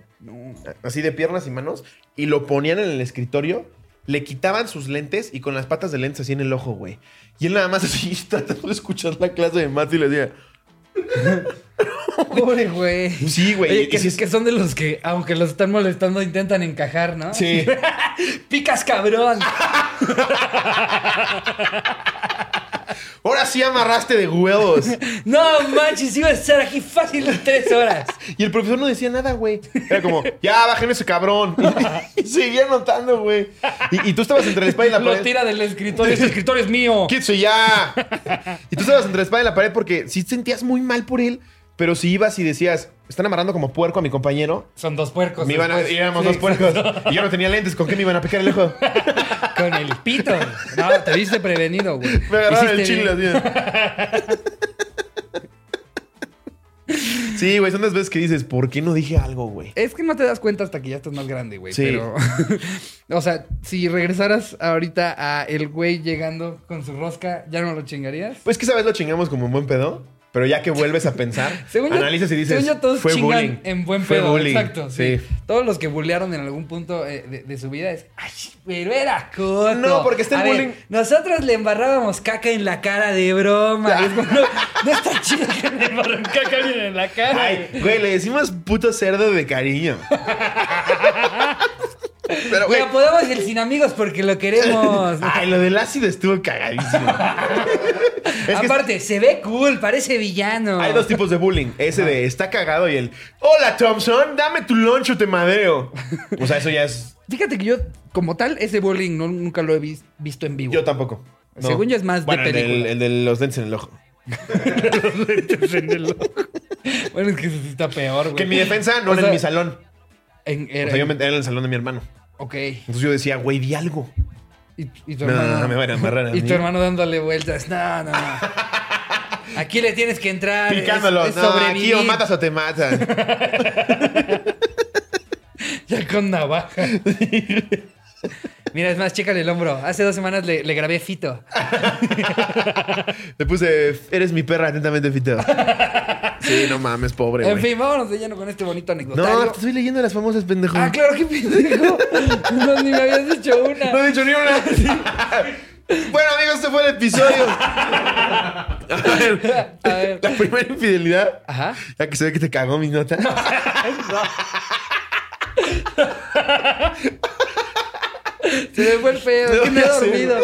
S2: Así de piernas y manos. Y lo ponían en el escritorio. Le quitaban sus lentes y con las patas de lentes así en el ojo, güey. Y él nada más así tratando de escuchar la clase de Mati y le decía...
S1: Pobre güey.
S2: Sí, güey.
S1: Oye,
S2: Y
S1: que,
S2: si es-
S1: que son de los que, aunque los están molestando, intentan encajar, ¿no?
S2: Sí.
S1: ¡Picas, cabrón!
S2: Ahora sí amarraste de huevos.
S1: ¡No manches! Iba a estar aquí fácil tres horas.
S2: Y el profesor no decía nada, güey. Era como, ya, bajen ese cabrón. Y seguía anotando, güey. Y, y tú estabas entre la espalda y la
S1: Lo
S2: pared.
S1: tira del escritorio. ¡Este escritorio es mío!
S2: ¡Quítese ya! Y tú estabas entre la espalda y la pared porque sí sentías muy mal por él. Pero si ibas y decías, están amarrando como puerco a mi compañero,
S1: Son dos puercos.
S2: me iban a,
S1: después.
S2: íbamos
S1: Sí,
S2: dos puercos. Y yo no tenía lentes, ¿con qué me iban a picar el ojo?
S1: Con el pito. No, te viste prevenido, güey.
S2: Me agarraron el
S1: Hiciste
S2: chile
S1: bien.
S2: así. Sí, güey, son las veces que dices, ¿por qué no dije algo, güey?
S1: Es que no te das cuenta hasta que ya estás más grande, güey.
S2: Sí.
S1: Pero. o sea, si regresaras ahorita a el güey llegando con su rosca, ¿ya no lo chingarías?
S2: Pues que esa vez lo chingamos como un buen pedo, pero ya que vuelves a pensar,
S1: Según yo-
S2: analizas y dices,
S1: según yo, todos
S2: fue
S1: chingan
S2: bullying.
S1: en buen
S2: Fue
S1: pedo.
S2: bullying.
S1: Exacto. Sí.
S2: Sí.
S1: Todos los que bullearon en algún punto eh, de, de su vida es. ¡Ay, pero era coto!
S2: No, porque está
S1: A
S2: el
S1: ver,
S2: bullying-
S1: Nosotros le embarrábamos caca en la cara de broma. Y es como, no, no está chido que le embarren caca a alguien en la cara.
S2: Ay, güey, le decimos puto cerdo de cariño. pero, güey.
S1: Le apodamos el sin amigos porque lo queremos.
S2: Ay, lo del ácido estuvo cagadísimo. es que
S1: Aparte, se ve cool, parece villano.
S2: hay dos tipos de bullying. Ese de está cagado y el, hola Thompson, dame tu loncho, te madeo. O sea, eso ya es...
S1: Fíjate que yo, como tal, ese bullying no- nunca lo he vis- visto en vivo.
S2: Yo tampoco. No.
S1: Según yo es más de
S2: Bueno, el del-
S1: película.
S2: el de los dentes en el ojo.
S1: bueno, es que eso sí está peor, güey.
S2: Que en mi defensa no
S1: O
S2: era
S1: sea,
S2: en mi salón.
S1: en-
S2: O
S1: era-
S2: sea, yo me- era en el salón de mi hermano.
S1: Ok.
S2: Entonces yo decía, güey, di algo.
S1: Y, y tu
S2: No,
S1: hermano.
S2: no, me van a amarrar a
S1: Y
S2: mí.
S1: tu hermano dándole vueltas. No, no, no. Aquí le tienes que entrar. es-
S2: Picándolo.
S1: es
S2: no, aquí
S1: sobrevivir.
S2: o matas o te matan.
S1: Ya con navaja. Mira, es más, chécale el hombro. Hace dos semanas le, le grabé fito.
S2: Le puse, eres mi perra, atentamente, Fito. Sí, no mames, pobre,
S1: En
S2: güey.
S1: fin, vámonos de lleno con este bonito anecdotario.
S2: No, te estoy leyendo las famosas, pendejo.
S1: Ah, claro, qué pendejo. No, ni me habías dicho
S2: No
S1: una.
S2: he dicho ni una. bueno, amigos, este fue el episodio. A ver,
S1: A ver.
S2: La primera infidelidad.
S1: Ajá.
S2: La que se ve que te cagó mis notas.
S1: Se me fue el pedo.
S2: No,
S1: que me he
S2: ya sé,
S1: dormido.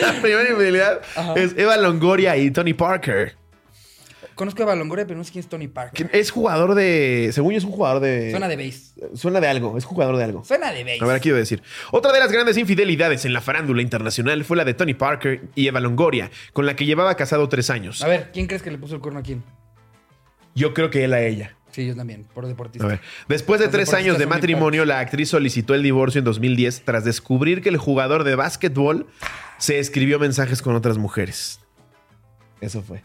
S2: La primera infidelidad es Eva Longoria y Tony Parker.
S1: Conozco a Balongoria, pero no sé quién es Tony Parker.
S2: que es jugador de. Según yo, es un jugador de.
S1: Suena de bass.
S2: Suena de algo, es jugador de algo.
S1: Suena de bass.
S2: A ver, aquí iba a decir. Otra de las grandes infidelidades en la farándula internacional fue la de Tony Parker y Eva Longoria, con la que llevaba casado tres años.
S1: A ver, ¿quién crees que le puso el cuerno a quién?
S2: Yo creo que él a ella.
S1: Sí, yo también, por
S2: A
S1: deportista.
S2: ver. Después de
S1: Los
S2: tres
S1: deportistas
S2: años de
S1: son bien
S2: matrimonio, la actriz solicitó el divorcio en 2010 tras descubrir que el jugador de básquetbol se escribió mensajes con otras mujeres. Eso fue.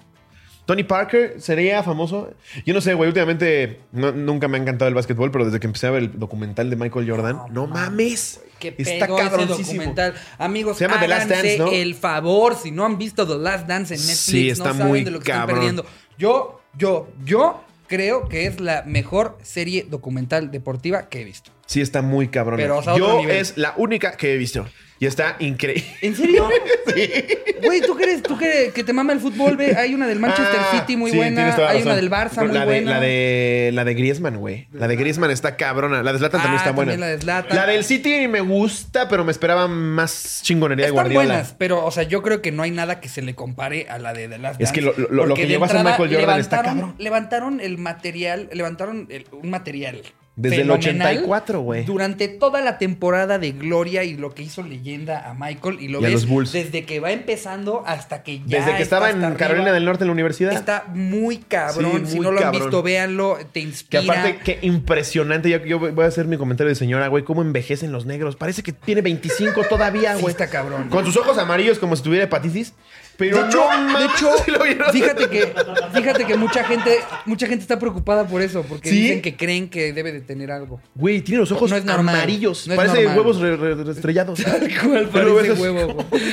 S2: Tony Parker sería famoso. Yo no sé, güey. Últimamente no- nunca me ha encantado el básquetbol, pero desde que empecé a ver el documental de Michael Jordan, no, mames.
S1: Qué
S2: Está
S1: pegó ese
S2: cabroncísimo.
S1: documental. Amigos,
S2: Se llama The Last
S1: háganse
S2: Dance, ¿no?
S1: el favor. Si no han visto The Last Dance en Netflix,
S2: Sí, está
S1: no saben
S2: muy
S1: de lo que
S2: cabrón.
S1: están perdiendo. Yo, yo, yo creo que es la mejor serie documental deportiva que he visto.
S2: Sí, está muy cabrón.
S1: Pero, o sea,
S2: Yo
S1: otro nivel.
S2: es la única que he visto. Y está increíble.
S3: ¿En serio? Güey, ¿tú crees tú que, que te mama el fútbol? Ve, hay una del Manchester
S2: Ah,
S3: City muy
S2: sí,
S3: buena,
S2: tienes toda la
S3: hay una
S2: razón.
S3: del Barça muy
S2: la de,
S3: buena.
S2: La de, la de Griezmann, güey. La de Griezmann está cabrona. La de Zlatan
S3: Ah,
S2: también está
S3: también
S2: buena.
S3: la de Zlatan.
S2: La del City me gusta, pero me esperaba más chingonería de
S3: Están
S2: Guardiola.
S3: buenas, pero, o sea, yo creo que no hay nada que se le compare a la de The Last
S2: Es que lo-
S3: Dance,
S2: lo- lo
S3: porque
S2: que
S3: de
S2: llevas a
S3: entrada
S2: Michael Jordan está
S3: levantaron-
S2: cabrón.
S3: Levantaron el material, levantaron el- un material.
S2: Desde el
S3: fenomenal
S2: 84, güey.
S3: Durante toda la temporada de Gloria y lo que hizo leyenda a Michael y lo
S2: Y a
S3: ves
S2: los Bulls.
S3: desde que va empezando hasta que ya.
S2: Desde que estaba en
S3: está hasta
S2: Carolina
S3: arriba.
S2: del Norte en la universidad.
S3: Está muy cabrón.
S2: Sí,
S3: si
S2: muy
S3: no lo han
S2: cabrón.
S3: visto, véanlo. Te
S2: Que
S3: inspira.
S2: aparte, qué impresionante. Yo, yo voy a hacer mi comentario de señora, güey. ¿Cómo envejecen los negros? Parece que tiene 25 todavía,
S3: Sí,
S2: güey.
S3: está cabrón.
S2: Con sus ojos amarillos como si tuviera hepatitis. Pero
S3: de hecho,
S2: no mames,
S3: de hecho,
S2: si lo vieron.
S3: fíjate que, fíjate que mucha gente, mucha gente está preocupada por eso, porque
S2: ¿Sí?
S3: dicen que creen que debe de tener algo.
S2: Güey, tiene los ojos
S3: No es normal.
S2: amarillos.
S3: No es
S2: parece
S3: normal.
S2: huevos re- re- re- estrellados.
S3: ¿Cuál
S2: Pero
S3: parece
S2: ves así
S3: huevo,
S2: como-
S3: güey?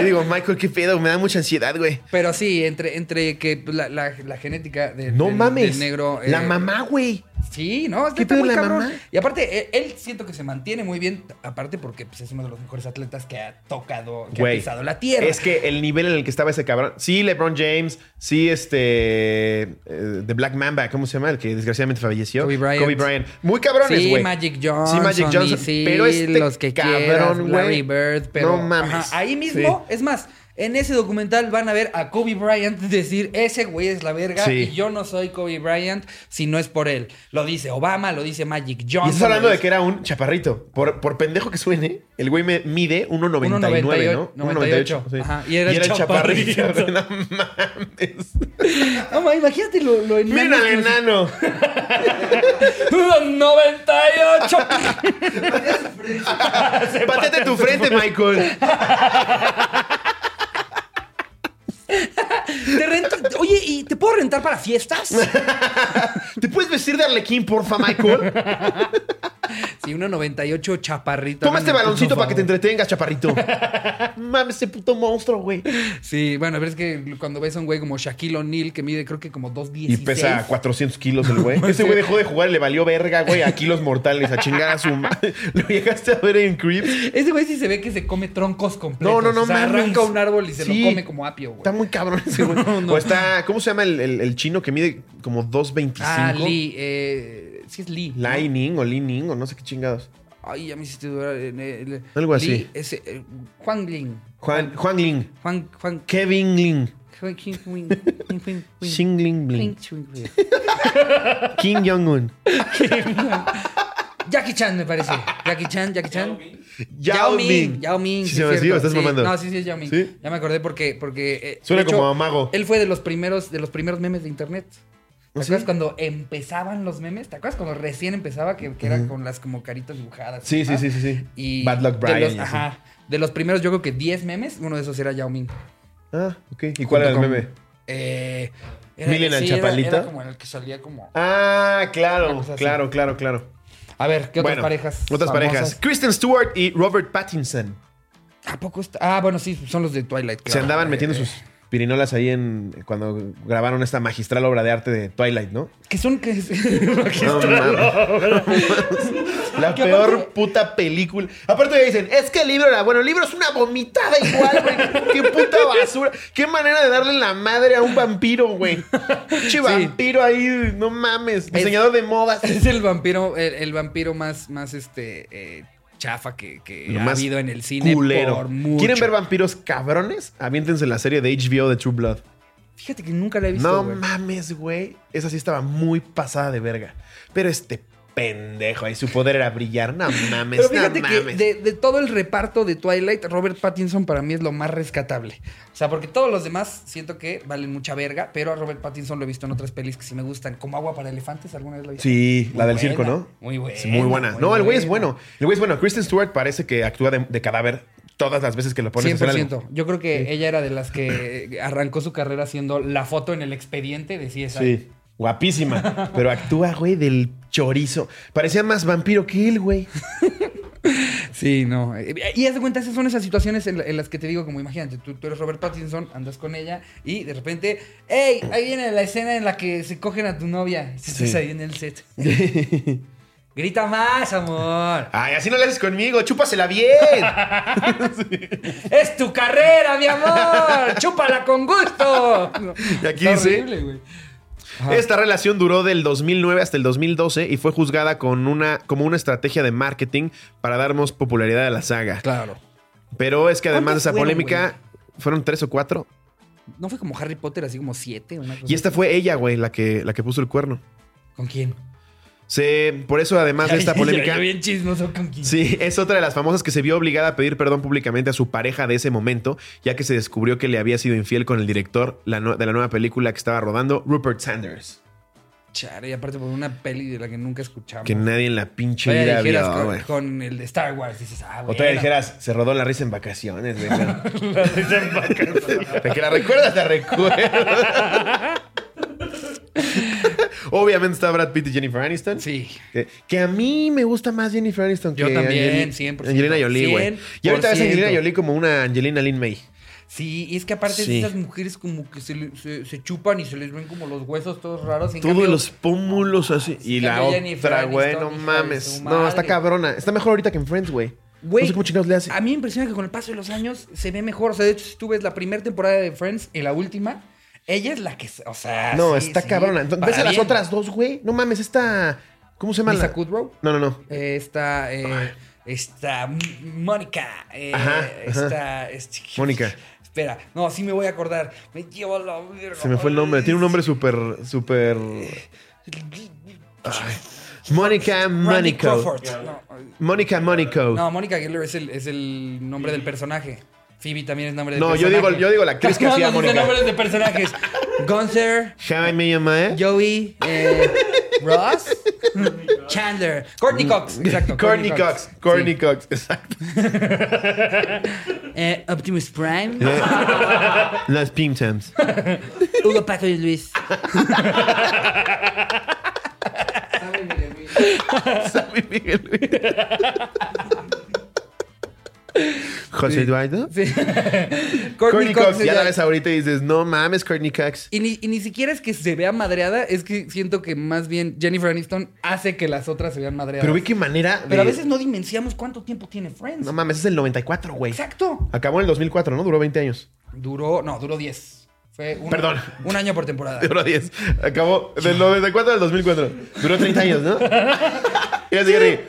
S2: Y digo, Michael, qué pedo, me da mucha ansiedad, güey.
S3: Pero sí, entre, entre que la, la- la genética de,
S2: No
S3: del-
S2: mames.
S3: del negro.
S2: la
S3: eh,
S2: mamá, güey.
S3: Sí, no, es que
S2: ¿Qué
S3: está
S2: pedo
S3: muy
S2: la
S3: cabrón.
S2: mamá?
S3: Y aparte, eh, él, siento que se mantiene muy bien, aparte porque pues, es uno de los mejores atletas que ha tocado, que ha
S2: Güey,
S3: pisado la tierra.
S2: Es que el nivel en el que estaba ese cabrón. Sí, LeBron James. Sí, este. eh, The Black Mamba, ¿cómo se llama? El que desgraciadamente falleció.
S3: Kobe Bryant.
S2: Muy cabrones,
S3: Sí,
S2: güey.
S3: Magic Johnson.
S2: Sí, Magic Johnson.
S3: sí,
S2: pero este
S3: los que quieras,
S2: cabrón,
S3: Larry
S2: güey.
S3: Bird, pero.
S2: No mames.
S3: ajá, ahí mismo, es más, en ese documental van a ver a Kobe Bryant decir: Ese güey es la verga
S2: Sí.
S3: y yo no soy Kobe Bryant si no es por él. Lo dice Obama, lo dice Magic Johnson.
S2: Y estás hablando
S3: lo
S2: de que
S3: dice-
S2: era un chaparrito. Por, por pendejo que suene, el güey me mide 1.99, ¿no?
S3: 1.98. Ajá, y era el chaparrito.
S2: No mames.
S3: No, ma, imagínate lo, lo enano
S2: Mira al
S3: que nos-
S2: enano.
S3: 98.
S2: Patete tu frente, Michael.
S3: Te rento- Oye, ¿y te puedo rentar para fiestas?
S2: ¿Te puedes vestir de arlequín, porfa, Michael?
S3: Sí, 1.98 chaparrito.
S2: Toma este
S3: Háganme
S2: baloncito
S3: un
S2: para que te
S3: favor.
S2: entretengas, chaparrito. Mames, ese puto monstruo, güey.
S3: Sí, bueno, pero es que cuando ves a un güey como Shaquille O'Neal, que mide creo que como 2.16.
S2: Y pesa 400 kilos el güey. Ese güey dejó de jugar y le valió verga, güey, a kilos mortales, a chingar a su madre. Lo llegaste a ver en Creep.
S3: Ese güey sí se ve que se come troncos completos.
S2: No, no, no,
S3: O sea,
S2: mames.
S3: arranca un árbol y se
S2: Sí.
S3: lo come como apio, güey.
S2: Está muy cabrón ese güey.
S3: No, no.
S2: O está, ¿cómo se llama el, el- el chino que mide como 2.25?
S3: Ah, Lee. Eh, sí es Lee. ¿no?
S2: Lightning o Lining o no sé qué chingados.
S3: Ay, ya me hiciste dudar. en el- el-
S2: Algo así.
S3: Lee, ese, eh, Juan Ling.
S2: Juan, Juan Ling.
S3: Juan, Juan,
S2: Kevin Ling.
S3: Juan, King, Wing, King, Wing, Wing,
S2: Xing Ling
S3: King,
S2: Bling.
S3: Wing, Wing.
S2: Kim Jong-un.
S3: Jackie Chan, me parece. Jackie Chan, Jackie Chan.
S2: Yao Ming.
S3: Yao Ming.
S2: Sí, se
S3: sí es
S2: me- sí,
S3: cierto.
S2: me estás
S3: Sí,
S2: mamando.
S3: No, sí, sí, es Yao Ming.
S2: ¿Sí?
S3: Ya me acordé porque. porque eh,
S2: Suena
S3: de hecho,
S2: como a mago.
S3: Él fue de los primeros, de los primeros memes de internet. ¿Te
S2: ¿Ah, sí?
S3: acuerdas cuando empezaban los memes? ¿Te acuerdas cuando recién empezaba que, que era con las como caritas dibujadas?
S2: Sí, sí,
S3: ¿verdad?
S2: sí, sí, sí.
S3: Y
S2: Bad Luck
S3: De
S2: Brian.
S3: los,
S2: y así.
S3: ajá. De los primeros, yo creo que 10 memes, uno de esos era Yao Ming.
S2: Ah, ok. ¿Y cuál era el
S3: Junto con-
S2: meme?
S3: Eh,
S2: ¿Milen al
S3: era-
S2: Chapalita?
S3: era como el que salía como...
S2: Ah, claro,
S3: Una cosa así.
S2: claro, claro, claro.
S3: A ver, ¿qué otras
S2: Bueno,
S3: parejas?
S2: Otras
S3: famosas?
S2: parejas. Kristen Stewart y Robert Pattinson.
S3: ¿A poco está? Ah, bueno, sí, son los de Twilight.
S2: Se
S3: claro.
S2: andaban
S3: Eh,
S2: metiendo sus pirinolas ahí en cuando grabaron esta magistral obra de arte de Twilight, ¿no?
S3: Que son... Que...
S2: No mames. La
S3: Que
S2: peor
S3: aparte-
S2: puta película. Aparte me dicen, es que el libro era bueno. El libro es una vomitada igual, güey. Qué puta basura. Qué manera de darle la madre a un vampiro, güey. Che, vampiro ahí, no mames. Diseñador de modas.
S3: es el vampiro, el, el vampiro más, más este... eh, chafa que, que
S2: Lo
S3: ha
S2: más
S3: habido en el cine
S2: culero.
S3: por mucho.
S2: ¿Quieren ver vampiros cabrones? Aviéntense la serie de HBO de True Blood.
S3: Fíjate que nunca la he visto,
S2: No
S3: güey.
S2: mames, güey. Esa sí estaba muy pasada de verga. Pero este pendejo ahí, su poder era brillar. No mames,
S3: Pero fíjate
S2: no
S3: que
S2: mames.
S3: de, de todo el reparto de Twilight, Robert Pattinson para mí es lo más rescatable. O sea, porque todos los demás siento que valen mucha verga, pero a Robert Pattinson lo he visto en otras pelis que sí me gustan, como Agua para Elefantes, alguna vez la viste.
S2: Sí,
S3: Muy
S2: la del
S3: buena,
S2: circo, ¿no?
S3: muy buena,
S2: Sí, muy buena.
S3: muy
S2: no, el güey es
S3: buena.
S2: bueno. El güey es bueno. Kristen Stewart parece que actúa de, de cadáver todas las veces que lo pones a hacer algo.
S3: 100%. Yo creo que ella era de las que arrancó su carrera haciendo la foto en el expediente de CSI.
S2: Sí. Guapísima. Pero actúa, güey, del chorizo. Parecía más vampiro que él, güey.
S3: Sí, no. Eh, Y haz de cuenta, esas son esas situaciones en, la- en las que te digo, como imagínate, tú, tú eres Robert Pattinson, andas con ella y de repente, ¡Ey! Ahí viene la escena en la que se cogen a tu novia. Y tú Estás
S2: Sí.
S3: ahí en el set. Grita más, amor.
S2: Ay, así no le haces conmigo, chúpasela bien.
S3: ¡Es tu carrera, mi amor! ¡Chúpala con gusto!
S2: Y aquí
S3: Está
S2: dice-
S3: horrible, güey. Ajá.
S2: Esta relación duró del 2009 hasta el 2012 y fue juzgada con una, como una estrategia de marketing para dar más popularidad a la saga.
S3: Claro.
S2: Pero es que además de esa
S3: ¿Cuántas fueron,
S2: polémica, fueron tres o cuatro.
S3: ¿No fue como Harry Potter, así como siete? Una cosa
S2: Y esta fue ella, güey, la que, la que puso el cuerno.
S3: así? ¿Con quién?
S2: Se, por eso, además de esta
S3: Yo
S2: polémica,
S3: bien chismoso con quién.
S2: sí, es otra de las famosas que se vio obligada a pedir perdón públicamente a su pareja de ese momento, ya que se descubrió que le había sido infiel con el director la nu- de la nueva película que estaba rodando, Rupert Sanders.
S3: Chale, y aparte por una peli de la que nunca escuchamos.
S2: Que nadie en la pinche
S3: Todavía
S2: vida
S3: dijeras
S2: vio,
S3: con,
S2: güey.
S3: con el de Star Wars, dices, ah,
S2: O
S3: bueno.
S2: todavía dijeras, se rodó la risa en vacaciones, güey.
S3: La risa en vacaciones.
S2: De que la recuerdas, la recuerdas. Obviamente está Brad Pitt y Jennifer Aniston.
S3: Sí.
S2: Que, que a mí me gusta más Jennifer Aniston que
S3: Yo también,
S2: Angeli-
S3: 100%.
S2: Angelina Jolie, güey. Y ahorita ves a Angelina
S3: 100%.
S2: Jolie como una Angelina Lin May.
S3: Sí, y es que aparte
S2: Sí.
S3: estas mujeres como que se, le- se- se chupan y se les ven como los huesos todos raros. En
S2: Todos
S3: cambio,
S2: los pómulos así.
S3: sí,
S2: Y la
S3: cambio Jennifer
S2: otra, güey, no
S3: Aniston, hija de
S2: mames.
S3: su
S2: No, está
S3: madre.
S2: cabrona. Está mejor ahorita que en Friends, güey.
S3: Güey, Ah,
S2: no sé cómo chingados le hace.
S3: A mí me impresiona que con el paso de los años se ve mejor. O sea, de hecho, si tú ves la primera temporada de Friends y la última, ella es la que. O sea.
S2: no,
S3: sí,
S2: está
S3: sí,
S2: cabrona. Entonces,
S3: para
S2: ¿Ves a las
S3: bien.
S2: otras dos, güey? No mames, esta... ¿Cómo se llama?
S3: Lisa
S2: la-
S3: Kudrow.
S2: No, no, no.
S3: eh, Está. eh, está M- Mónica. eh,
S2: Ajá, ajá.
S3: está. este-
S2: Mónica.
S3: Espera, no, sí me voy a acordar. Me llevo la verga.
S2: Se me fue el nombre. Tiene un nombre súper, súper... Mónica
S3: Randy
S2: Mónico.
S3: Crawford. No,
S2: Mónica Mónico.
S3: No, Mónica Geller es el, es el nombre del personaje. Phoebe también es nombre de
S2: No, yo
S3: personaje.
S2: digo- yo digo la actriz que
S3: No,
S2: hacía
S3: no, dice
S2: Mónica.
S3: nombres de personajes. Gunther,
S2: Jaime Yamae.
S3: Joey, eh, Ross, Chandler, Courtney Cox. Exacto.
S2: Mm. Courtney Cox. Courtney Cox, exacto.
S3: Sí. Eh, Optimus Prime,
S2: Las Pim Tams.
S3: Hugo Paco y Luis.
S4: Sabe mi Lemmy.
S2: Sammy Miguel Luis. José Eduardo.
S3: Sí.
S2: Courtney Cox, ya la
S3: ella-
S2: ves ahorita y dices, no mames, Courtney Cox.
S3: Y ni, y ni siquiera es que se vea madreada, es que siento que más bien Jennifer Aniston hace que las otras se vean madreadas.
S2: Pero ve qué manera. de-
S3: Pero a veces no dimensionamos cuánto tiempo tiene Friends.
S2: No mames, es el 94, güey.
S3: Exacto.
S2: Acabó en el 2004, ¿no? Duró 20 años.
S3: Duró, no, duró 10. Fue un,
S2: Perdón.
S3: un año por temporada.
S2: Duró 10. Acabó del 94 al 2004. Duró 30 años, ¿no? Y así, Jerry.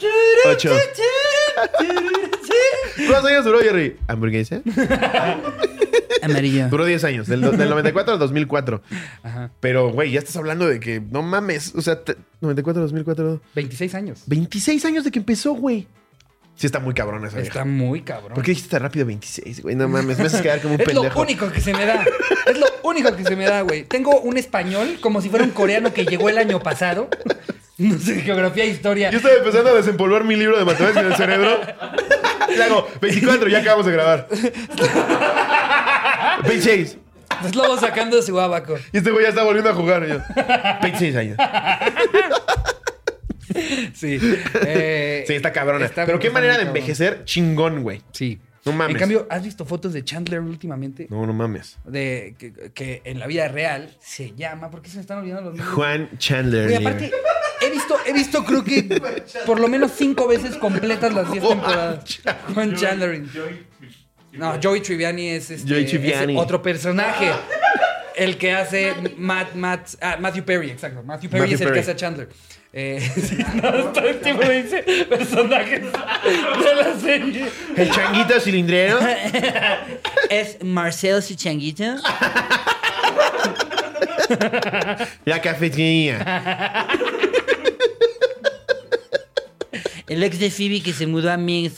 S2: 8. ¿Cuántos años duró, Jerry? ¿Hamburguesa?
S3: Amarillo.
S2: Duró 10 años, del, do- del 94 al 2004.
S3: Ajá.
S2: Pero, güey, ya estás hablando de que no mames. O sea, te- 94, 2004,
S3: 26 años.
S2: 26 años de que empezó, güey. Sí, está muy cabrón esa vieja.
S3: Está muy cabrón.
S2: ¿Por qué dijiste tan rápido 26, güey? No mames, me haces quedar como un
S3: es
S2: pendejo.
S3: lo único que se me da. Es lo único que se me da, güey. Tengo un español como si fuera un coreano que llegó el año pasado. No sé, geografía, e historia.
S2: Yo estaba empezando a desempolvar mi libro de matemáticas en el cerebro. Y le hago, 24, ya acabamos de grabar. 26.
S3: Es lobo sacando de su abaco.
S2: Y este güey ya está volviendo a jugar. y yo, 26 años.
S3: Sí. Eh,
S2: Sí, está cabrona.
S3: está-
S2: Pero qué
S3: está
S2: manera
S3: muy
S2: de
S3: cabrón.
S2: envejecer chingón, güey.
S3: Sí.
S2: No mames.
S3: En cambio, ¿has visto fotos de Chandler últimamente?
S2: No, no mames.
S3: De que, que en la vida real se llama. ¿Por qué se me están olvidando los nombres?
S2: Juan Chandler.
S3: Güey, aparte, he visto, he visto, creo que por lo menos cinco veces completas las
S2: Oh,
S3: 10
S2: ah,
S3: temporadas. Juan Chandler.
S5: Joey-
S3: No, Joey Triviani es, este,
S2: Joey Tribbiani.
S3: es otro personaje. El que hace Matt, Matt, ah, Matthew Perry, exacto. Matthew Perry
S2: Matthew
S3: es el
S2: Perry.
S3: que hace a Chandler. Eh, sí, no, todo el tiempo me dice personajes de la serie.
S2: El changuito cilindrero.
S3: Es Marcel su changuito.
S2: La cafetería.
S3: El ex de Phoebe que se mudó a Minsk.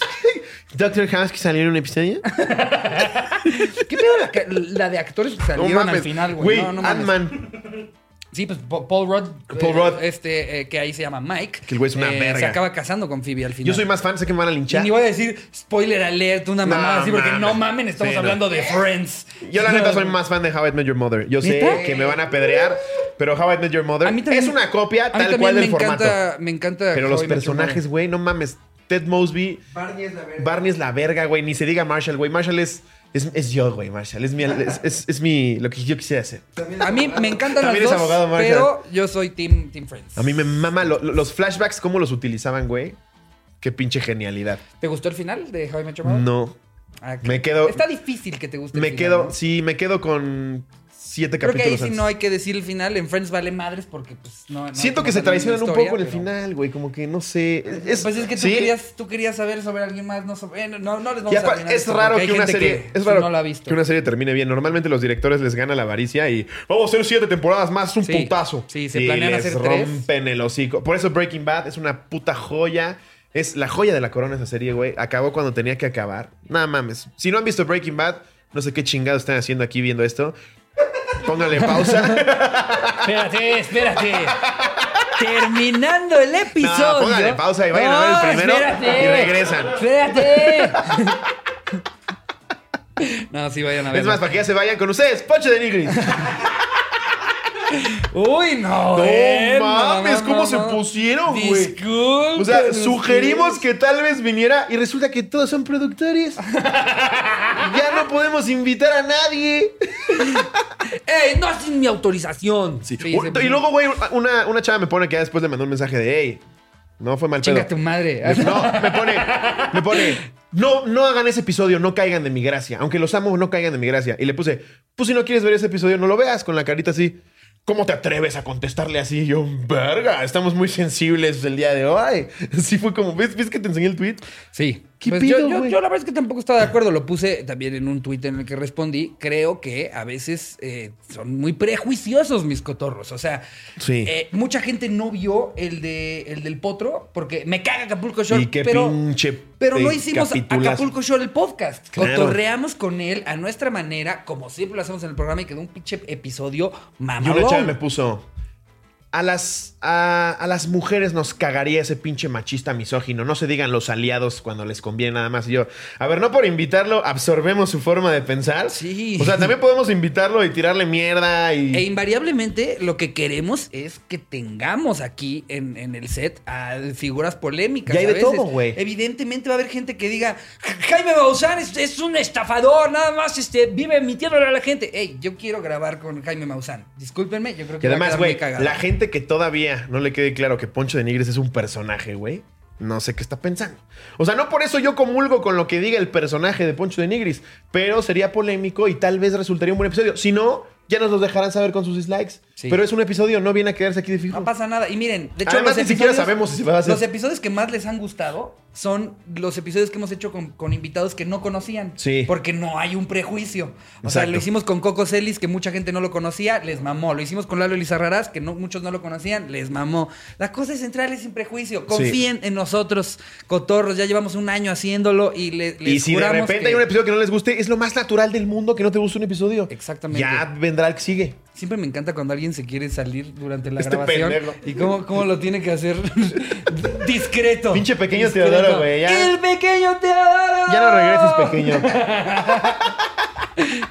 S2: Doctor House que salió en un episodio.
S3: ¿Qué pedo la, que- la de actores que salieron al final, güey? No, no mames.
S2: Ant-Man.
S3: Sí, pues Pa- Paul Rudd.
S2: Paul Rudd.
S3: Este, eh, que ahí se llama Mike. eh,
S2: Que el güey es una verga.
S3: Se acaba casando con Phoebe al final.
S2: Yo soy más fan, sé que me van a
S3: Y
S2: linchar.
S3: ni voy a decir spoiler alert, una
S2: No,
S3: mamada así, porque
S2: mames.
S3: no mamen, estamos
S2: Sí, no.
S3: hablando de Friends.
S2: Yo la neta soy más fan de How I Met Your Mother. Yo sé
S3: ¿Neta?
S2: que me van a pedrear, pero How I Met Your Mother
S3: A mí también-
S2: es una
S3: a
S2: copia
S3: mí
S2: tal
S3: también
S2: cual
S3: me
S2: del formato.
S3: Encanta, me encanta.
S2: Pero los
S3: How I Met Your Mother.
S2: personajes, güey, no mames. Ted Mosby,
S4: Barney es la verga.
S2: Barney es la verga, güey. Ni se diga Marshall, güey. Marshall es Es, es yo, güey, Marshall. Es mi, es, es- es mi, lo que yo quisiera hacer.
S4: También
S3: A mí me encantan las
S2: También
S3: dos,
S2: es abogado, Ah. Marshall.
S3: pero yo soy Team, team Friends.
S2: A mí me mama lo- lo- los flashbacks, cómo los utilizaban, güey. Qué pinche genialidad.
S3: ¿Te gustó el final de Jaime Chomado?
S2: No. me quedo-
S3: Ah, Está difícil que te guste el
S2: Me
S3: final,
S2: quedo,
S3: ¿no?
S2: sí, me quedo con siete
S3: Creo que ahí
S2: capítulos
S3: sí
S2: antes.
S3: no hay que decir el final. En Friends vale madres porque pues no. no
S2: Siento
S3: no
S2: que se
S3: sale una
S2: traicionan un
S3: historia,
S2: poco en el
S3: pero-
S2: final, güey. Como que no sé. Es,
S3: Pues es que tú,
S2: sí,
S3: querías, tú querías saber sobre alguien más, no sobre. eh, No, no, no les vamos
S2: y
S3: a
S2: apa-
S3: arruinar
S2: es
S3: esto,
S2: raro
S3: porque hay
S2: que una
S3: gente
S2: serie
S3: que
S2: es raro
S3: no la ha visto.
S2: que una serie termine bien. Normalmente los directores les gana la avaricia y vamos a hacer siete temporadas más, es un
S3: Sí.
S2: putazo.
S3: Sí, se
S2: y
S3: planean
S2: les
S3: hacer tres.
S2: rompen el hocico. Por eso Breaking Bad es una puta joya. Es la joya de la corona esa serie, güey. Acabó cuando tenía que acabar. Nada mames. Si no han visto Breaking Bad, no sé qué chingados están haciendo aquí viendo esto. Pónganle pausa.
S3: Espérate, espérate. Terminando el episodio.
S2: póngale pausa y vayan a ver el primero y regresan.
S3: Espérate. No, sí, vayan a ver.
S2: es más, para que ya se vayan con ustedes, Ponche de Nigris.
S3: Uy, no.
S2: No
S3: eh,
S2: mames,
S3: no,
S2: ¿cómo
S3: no,
S2: se
S3: no.
S2: pusieron, güey?
S3: Disculpen
S2: O sea,
S3: ustedes.
S2: sugerimos que tal vez viniera y resulta que todos son productores. ya no podemos invitar a nadie.
S3: ¡Ey, no sin mi autorización! Sí,
S2: U-
S3: se
S2: y
S3: puso-
S2: luego, güey, una, una chava me pone que ya después le mandó un mensaje de, hey, no fue mal
S3: Chinga tu
S2: pedo.
S3: madre.
S2: No, me pone, me pone, no, no hagan ese episodio, no caigan de mi gracia. Aunque los amo, no caigan de mi gracia. Y le puse, pues si no quieres ver ese episodio, no lo veas, con la carita así. ¿Cómo te atreves a contestarle así? Y Yo, verga, estamos muy sensibles el día de hoy. Así fue como, ¿ves, ¿ves que te enseñé el tweet?
S3: Sí.
S2: ¿Qué
S3: Pues
S2: pedo,
S3: yo, yo-
S2: güey?
S3: yo la verdad es que tampoco estaba de acuerdo. Lo puse también en un tuit en el que respondí. Creo que a veces eh, son muy prejuiciosos mis cotorros. O sea,
S2: Sí.
S3: eh, mucha gente no vio el, de, el del potro porque me caga Acapulco Shore.
S2: Y qué
S3: pero,
S2: pinche
S3: Pero no
S2: eh,
S3: hicimos
S2: capitulazo.
S3: Acapulco Shore el podcast.
S2: Claro.
S3: Cotorreamos con él a nuestra manera, como siempre lo hacemos en el programa y quedó un pinche episodio
S2: Y una chava me
S3: mamalón.
S2: puso. A las, a, a las mujeres nos cagaría ese pinche machista misógino. No se digan los aliados cuando les conviene nada más. Y yo, a ver, no por invitarlo, absorbemos su forma de pensar.
S3: Sí.
S2: O sea, también podemos invitarlo y tirarle mierda y.
S3: E invariablemente lo que queremos es que tengamos aquí en, en el set a figuras polémicas.
S2: Y hay
S3: a
S2: de
S3: veces.
S2: todo, güey.
S3: Evidentemente va a haber gente que diga, "Ja- Jaime Maussan es, es un estafador, nada más este, vive mintiéndole a la gente. Ey, yo quiero grabar con Jaime Maussan. Discúlpenme, yo creo
S2: y
S3: que va a
S2: además,
S3: quedar muy
S2: güey,
S3: cagado.
S2: la gente que todavía no le quede claro que Poncho de Nigres es un personaje, güey. No sé qué está pensando. O sea, no por eso yo comulgo con lo que diga el personaje de Poncho de Nigris, pero sería polémico y tal vez resultaría un buen episodio. Si no, ya nos los dejarán saber con sus dislikes.
S3: Sí.
S2: Pero es un episodio, no viene a quedarse aquí de fijo.
S3: No pasa nada. Y miren, de hecho,
S2: Además, ni siquiera sabemos si se va a hacer.
S3: Los episodios que más les han gustado son los episodios que hemos hecho con, con invitados que no conocían.
S2: Sí.
S3: Porque no hay un prejuicio. O sea,
S2: Exacto.
S3: lo hicimos con Coco Celis, que mucha gente no lo conocía, les mamó. Lo hicimos con Lalo Elizarrarás, que no, muchos no lo conocían, les mamó. La cosa central es sin prejuicio. Confíen en nosotros, cotorros. Ya llevamos un año haciéndolo y le, les
S2: y si de
S3: juramos
S2: repente
S3: que
S2: hay un episodio que no les guste, es lo más natural del mundo que no te guste un episodio.
S3: Exactamente.
S2: Ya vendrá el que sigue.
S3: Siempre me encanta cuando alguien se quiere salir durante la
S2: Este
S3: grabación.
S2: pendejo.
S3: Y cómo, cómo lo tiene que hacer discreto.
S2: Pinche pequeño
S3: Discreto.
S2: Teodoro, güey, ya.
S3: Oh, El pequeño Teodoro.
S2: Ya no regreses, pequeño.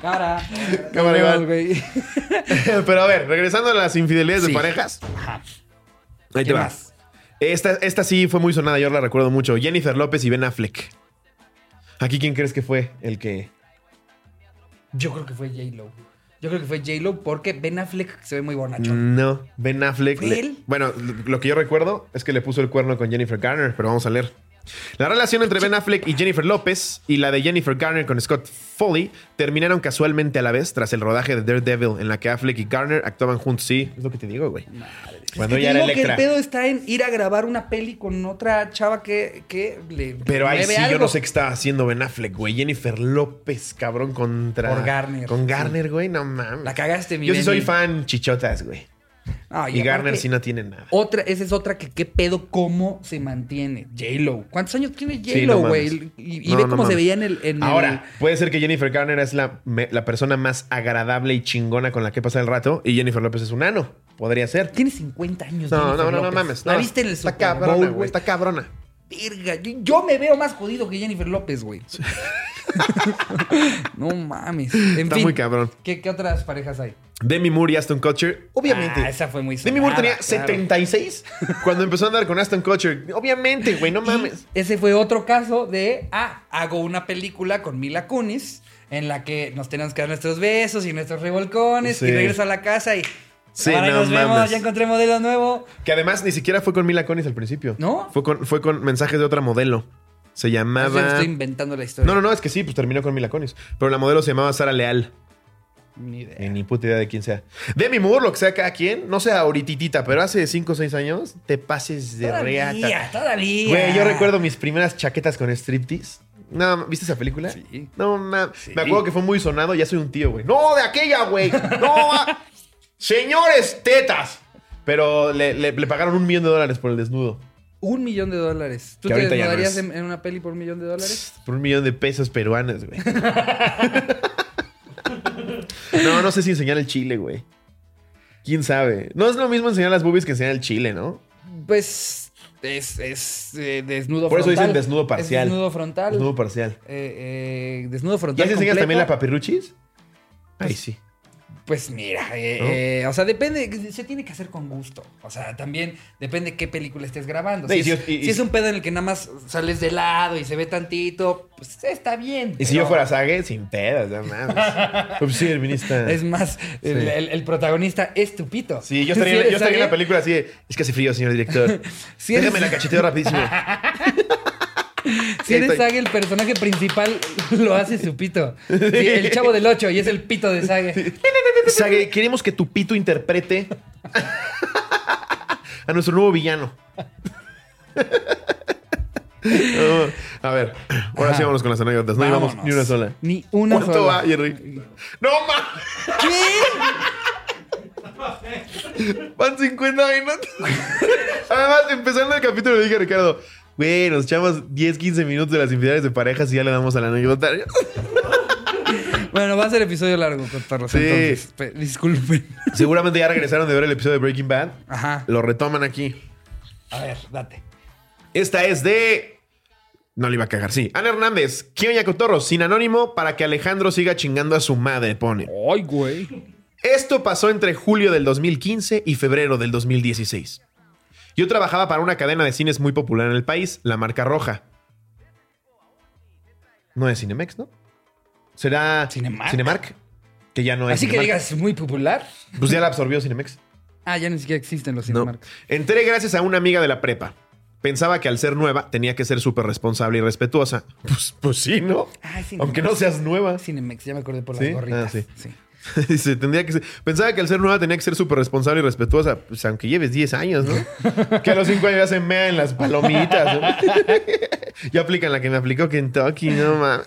S3: Cara.
S2: Cámara,
S3: Nos vemos,
S2: Iván.
S3: güey.
S2: pero a ver, regresando a las infidelidades
S3: Sí.
S2: de parejas.
S3: Ajá.
S2: Ahí
S3: ¿Qué
S2: te va.
S3: más?
S2: Esta, esta sí fue muy sonada, yo la recuerdo mucho. Jennifer López y Ben Affleck. ¿Aquí quién crees que fue el que...?
S3: Yo creo que fue J-Lo. Yo creo que fue J-Lo porque Ben Affleck se ve muy bonachón.
S2: No, Ben Affleck.
S3: ¿Fue
S2: le-
S3: él?
S2: bueno, lo que yo recuerdo es que le puso el cuerno con Jennifer Garner, pero vamos a leer. La relación entre Ben Affleck y Jennifer López y la de Jennifer Garner con Scott Foley terminaron casualmente a la vez tras el rodaje de Daredevil en la que Affleck y Garner actuaban juntos. Sí, es lo que te digo, güey. Cuando
S3: Es que
S2: ya era
S3: te digo que
S2: Electra.
S3: el pedo está en ir a grabar una peli con otra chava que, que le.
S2: Pero ahí
S3: mueve
S2: sí, yo
S3: algo.
S2: no sé qué estaba haciendo Ben Affleck, güey. Jennifer López, cabrón, contra.
S3: Por Garner.
S2: Con Garner, güey, no mames.
S3: La cagaste, mi
S2: Yo sí
S3: Benny.
S2: soy fan chichotas, güey.
S3: Ah,
S2: Y, Garner
S3: aparte- oh,
S2: sí no tiene nada.
S3: Otra, esa es otra que qué pedo, cómo se mantiene. J-Lo. ¿Cuántos años tiene
S2: Sí,
S3: J-Lo,
S2: no
S3: güey?
S2: mames.
S3: y y
S2: No,
S3: ve
S2: no
S3: cómo se
S2: mames.
S3: veía en el. en el-
S2: Ahora, puede ser que Jennifer Garner es la, me- la persona más agradable y chingona con la que pasa el rato y Jennifer López es un ano. Podría ser.
S3: Tiene 50 años.
S2: No,
S3: Jennifer
S2: no, no, no
S3: López.
S2: mames.
S3: La
S2: no.
S3: viste en el
S2: Está
S3: Super
S2: cabrona,
S3: Bowl,
S2: güey.
S3: güey.
S2: Está cabrona.
S3: Verga, yo- Yo me veo más jodido que Jennifer López, güey. no mames. En
S2: Está
S3: fin,
S2: muy cabrón.
S3: ¿qué, qué otras parejas hay?
S2: Demi Moore y Aston Kutcher, obviamente.
S3: Ah, esa fue muy
S2: Demi Moore tenía
S3: sonada, claro.
S2: 76 cuando empezó a andar con Aston Kutcher. Obviamente, güey, no mames.
S3: Ese fue otro caso de, ah, hago una película con Mila Kunis en la que nos teníamos que dar nuestros besos y nuestros revolcones
S2: Sí.
S3: y regreso a la casa y
S2: Sí,
S3: ahora
S2: no
S3: nos vemos,
S2: mames.
S3: ya encontré modelo nuevo.
S2: Que además ni siquiera fue con Mila Conis al principio.
S3: ¿No?
S2: Fue con, fue con mensajes de otra modelo. Se
S3: Yo
S2: llamaba.
S3: estoy inventando la historia.
S2: No, no, no, es que sí, pues terminó con Mila Conis. Pero la modelo se llamaba Sara Leal.
S3: Ni idea.
S2: Eh, Ni puta idea de quién sea. Demi Moore, lo que sea cada quien. No sé ahorititita, pero hace 5 o 6 años te pases de
S3: Todavía,
S2: reata.
S3: todavía.
S2: Güey, yo recuerdo mis primeras chaquetas con striptease. No, ¿viste esa película?
S3: Sí.
S2: No, mames. Me acuerdo que fue muy sonado. Ya soy un tío, güey. No, de aquella, güey. No, va. Señores, tetas. Pero le, le- le pagaron un millón de dólares por el desnudo.
S3: Un millón de dólares. ¿Tú
S2: Que
S3: te
S2: ahorita ya no
S3: desnudarías
S2: es.
S3: en, en una peli por un millón de dólares?
S2: Por un millón de pesos peruanos, güey. no, no sé si enseñar el chile, güey. ¿Quién sabe? No es lo mismo enseñar las boobies que enseñar el chile, ¿no?
S3: Pues es, es eh, desnudo
S2: Por eso
S3: frontal.
S2: dicen desnudo
S3: Es
S2: parcial.
S3: desnudo frontal.
S2: Desnudo parcial.
S3: Eh, eh, desnudo
S2: ¿Ya
S3: frontal.
S2: se enseñas
S3: completo.
S2: también la papiruchis? Ay, sí.
S3: Pues mira, eh,
S2: ¿No?
S3: eh, o sea, depende, se tiene que hacer con gusto. O sea, también depende qué película estés grabando.
S2: No, y
S3: Si,
S2: si
S3: es,
S2: yo- y-
S3: si
S2: y-
S3: es un pedo en el que nada más sales de lado y se ve tantito, pues está bien.
S2: Y si yo fuera Sage, sin pedas, no mames. Pues sí, feminista.
S3: Es más, el,
S2: Sí.
S3: el- el protagonista es tu pito.
S2: Sí, yo estaría,
S3: Si eres
S2: yo estaría en la
S3: alguien-
S2: película así de, es que hace frío, señor director.
S3: Si eres-
S2: Déjame la cacheteo rapidísimo.
S3: Si eres
S2: Estoy-
S3: Sage, el personaje principal lo hace su pito. Sí, el chavo del 8 y es el pito de Sage.
S2: Sage, queremos que tu pito interprete a nuestro nuevo villano. a ver, ahora
S3: Ajá.
S2: sí vámonos con las anécdotas. No llevamos
S3: Vámonos.
S2: ni una sola.
S3: Ni una
S2: ¿Cuánto
S3: sola.
S2: va, Jerry? ¡No, ma!
S3: ¿Qué?
S2: Van 50 minutos. Además, empezando el capítulo le dije a Ricardo, güey, nos echamos 10, 15 minutos de las infidelidades de parejas y ya le damos a la anécdota.
S3: Bueno, va a ser episodio largo, cotorros.
S2: Sí.
S3: Entonces, pe- disculpen.
S2: Seguramente ya regresaron de ver el episodio de Breaking Bad.
S3: Ajá.
S2: Lo retoman aquí.
S3: A ver, date.
S2: Esta es de. No le iba a cagar, sí. Ana Hernández, Kioña Cotorro, sin anónimo para que Alejandro siga chingando a su madre, pone.
S3: Ay, güey.
S2: Esto pasó entre julio del 2015 y febrero del 2016. Yo trabajaba para una cadena de cines muy popular en el país, la marca roja. No es Cinemex, ¿no? Será.
S3: Cinemark.
S2: Cinemark. Que ya no es.
S3: Así que
S2: Cinemark.
S3: digas, muy popular.
S2: Pues ya la absorbió Cinemex.
S3: Ah, ya ni siquiera existen los
S2: No.
S3: Cinemark.
S2: Entré gracias a una amiga de la prepa. Pensaba que al ser nueva tenía que ser súper responsable y respetuosa. Pues, pues sí, ¿no?
S3: Ah, Cinemex.
S2: Aunque no seas nueva.
S3: Cinemex, ya me acordé por las
S2: ¿Sí?
S3: gorritas.
S2: Ah, sí.
S3: sí.
S2: Dice, tendría que ser- Pensaba que al ser nueva tenía que ser súper responsable y respetuosa. Pues aunque lleves 10 años, ¿no? que a los 5 años ya se mea en las palomitas. ¿no? ya aplican la que me aplicó Kentucky, no mames.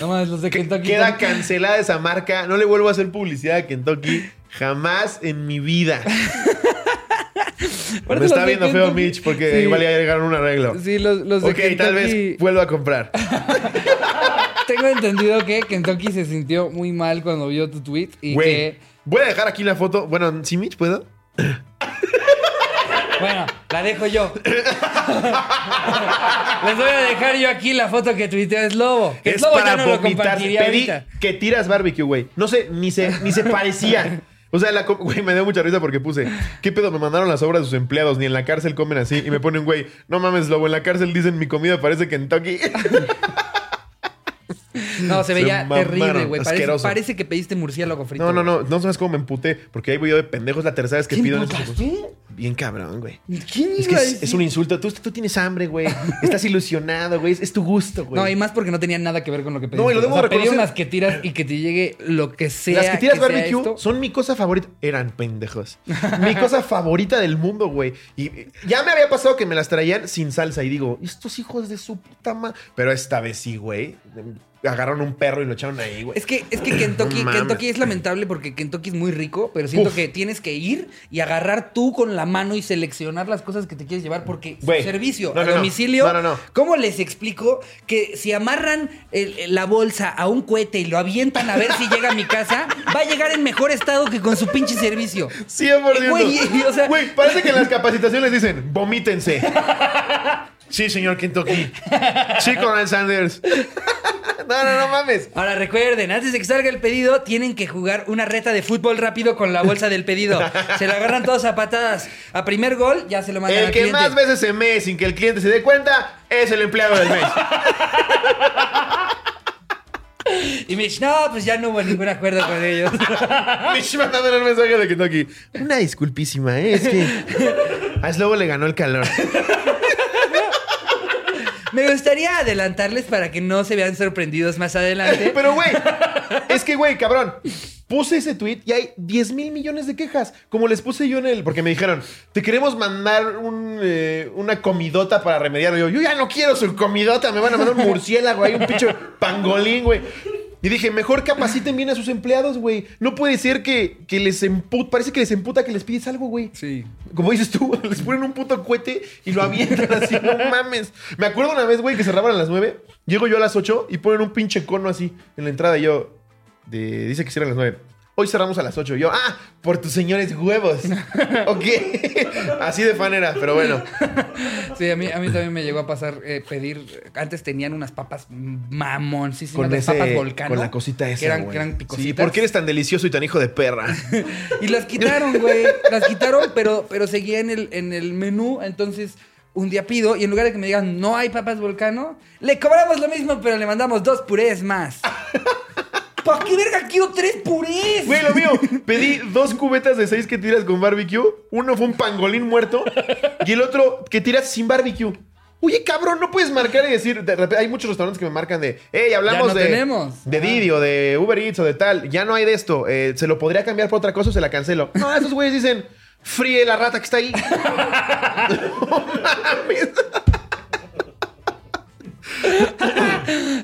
S3: No mames, los de Kentucky.
S2: Queda
S3: son-
S2: cancelada esa marca. No le vuelvo a hacer publicidad a Kentucky. Jamás en mi vida.
S3: Aparte
S2: Me está
S3: los de
S2: viendo feo
S3: Kentucky-
S2: Mitch porque
S3: Sí.
S2: igual ya llegaron un arreglo.
S3: Sí, los, los de
S2: Ok,
S3: Kentucky.
S2: tal vez vuelva a comprar.
S3: Tengo entendido que Kentucky se sintió muy mal cuando vio tu tweet y
S2: Güey,
S3: que.
S2: voy a dejar aquí la foto. Bueno, ¿sí, Mitch, puedo?
S3: Bueno, la dejo yo. Les voy a dejar yo aquí la foto que tuiteó es Lobo. Que Slobo ya no lo compartiría
S2: Pedí
S3: ahorita.
S2: que tiras barbecue, güey. No sé, ni se, ni se parecía. O sea, la co- güey, me dio mucha risa porque puse, ¿qué pedo? Me mandaron las obras de sus empleados, ni en la cárcel comen así. Y me pone un güey, no mames, lobo, en la cárcel dicen mi comida parece Kentucky.
S3: No, se veía
S2: mamaron,
S3: terrible, güey. Parece,
S2: asqueroso.
S3: parece que pediste murciélago frito.
S2: No, no, no, no sabes cómo me emputé, porque ahí voy yo de pendejo, es la tercera vez que
S3: ¿Quién
S2: pido en
S3: putas?
S2: esos-
S3: ¿Qué?
S2: Bien cabrón, güey.
S3: ¿Quién
S2: Es que
S3: iba a
S2: es,
S3: decir?
S2: es un insulto. Tú, tú tienes hambre, güey. Estás ilusionado, güey. Es, es tu gusto, güey.
S3: No, y más porque no tenía nada que ver con lo que pediste.
S2: No, y lo debo
S3: o sea, pedí
S2: reconocer.
S3: unas que tiras y que te llegue lo que sea.
S2: Las que tiras
S3: sea
S2: barbecue
S3: esto.
S2: son mi cosa favorita. Eran pendejos. Mi cosa favorita del mundo, güey. Y eh, ya me había pasado que me las traían sin salsa. Y digo, estos hijos de su puta madre. Pero esta vez sí, güey. Agarraron un perro y lo echaron ahí, güey.
S3: Es que, es que Kentucky,
S2: No mames.
S3: Kentucky es lamentable porque Kentucky es muy rico, pero siento
S2: Uf.
S3: que tienes que ir y agarrar tú con la mano y seleccionar las cosas que te quieres llevar porque su
S2: Güey.
S3: servicio
S2: No,
S3: a
S2: no, no.
S3: domicilio.
S2: No, no, no.
S3: ¿Cómo les explico que si amarran el- el- la bolsa a un cohete y lo avientan a ver si llega a mi casa, va a llegar en mejor estado que con su pinche servicio?
S2: 100%.
S3: Güey, y- o sea-
S2: Güey, parece que en las capacitaciones dicen, vomítense. sí, señor Kentucky. Sí, Conan Sanders. no, no, no mames.
S3: Ahora recuerden, antes de que salga el pedido, tienen que jugar una reta de fútbol rápido con la bolsa del pedido. Se la agarran todos a patadas. A primer gol ya se lo mandan
S2: El
S3: al
S2: que
S3: cliente.
S2: más veces se mee sin que el cliente se dé cuenta es el empleado del mes.
S3: Y me dice, no, pues ya no hubo ningún acuerdo con ellos.
S2: Mitch mandando un mensaje de Kentucky. Una disculpísima, ¿eh? es que a Slobo le ganó el calor.
S3: Me gustaría adelantarles para que no se vean sorprendidos más adelante.
S2: Pero, güey, es que, güey, cabrón. Puse ese tweet y hay 10 mil millones de quejas. Como les puse yo en el. Porque me dijeron, te queremos mandar un, eh, una comidota para remediarlo. Yo, yo ya no quiero su comidota. Me van a mandar un murciélago ahí, un pinche pangolín, güey. Y dije, mejor capaciten bien a sus empleados, güey. No puede ser que, que les emputa. Parece que les emputa que les pides algo, güey.
S3: Sí.
S2: Como dices tú, les ponen un puto cohete y lo avientan así, no mames. Me acuerdo una vez, güey, que cerraban a las 9. Llego yo a las 8 y ponen un pinche cono así en la entrada y yo. de- dice que cierran a las 9. Hoy cerramos a las 8. Y yo, ah, por tus señores huevos. ok. así de fan era, pero bueno.
S3: Sí, a mí, a mí también me llegó a pasar eh, pedir. Antes tenían unas papas mamoncísimas,
S2: Con,
S3: las
S2: ese,
S3: papas volcán.
S2: con la cosita esa.
S3: Que eran,
S2: güey.
S3: que eran picositas.
S2: Sí, ¿por qué eres tan delicioso y tan hijo de perra?
S3: Y las quitaron, güey. Las quitaron, pero, pero seguía en el, en el menú. Entonces, un día pido y en lugar de que me digan no hay papas volcano, le cobramos lo mismo, pero le mandamos dos purés más. ¿Para qué verga quiero tres purés?
S2: Güey, lo mío, pedí dos cubetas de seis que tiras con barbecue. Uno fue un pangolín muerto y el otro que tiras sin barbecue. Oye, cabrón, no puedes marcar y decir. de repente, hay muchos restaurantes que me marcan de. ¡Ey, hablamos
S3: Ya no
S2: de.
S3: tenemos.
S2: De
S3: Ajá.
S2: Didi o de Uber Eats o de tal. Ya no hay de esto. eh, se lo podría cambiar por otra cosa o se la cancelo. No, esos güeyes dicen. Fríe la rata que está ahí. No mames.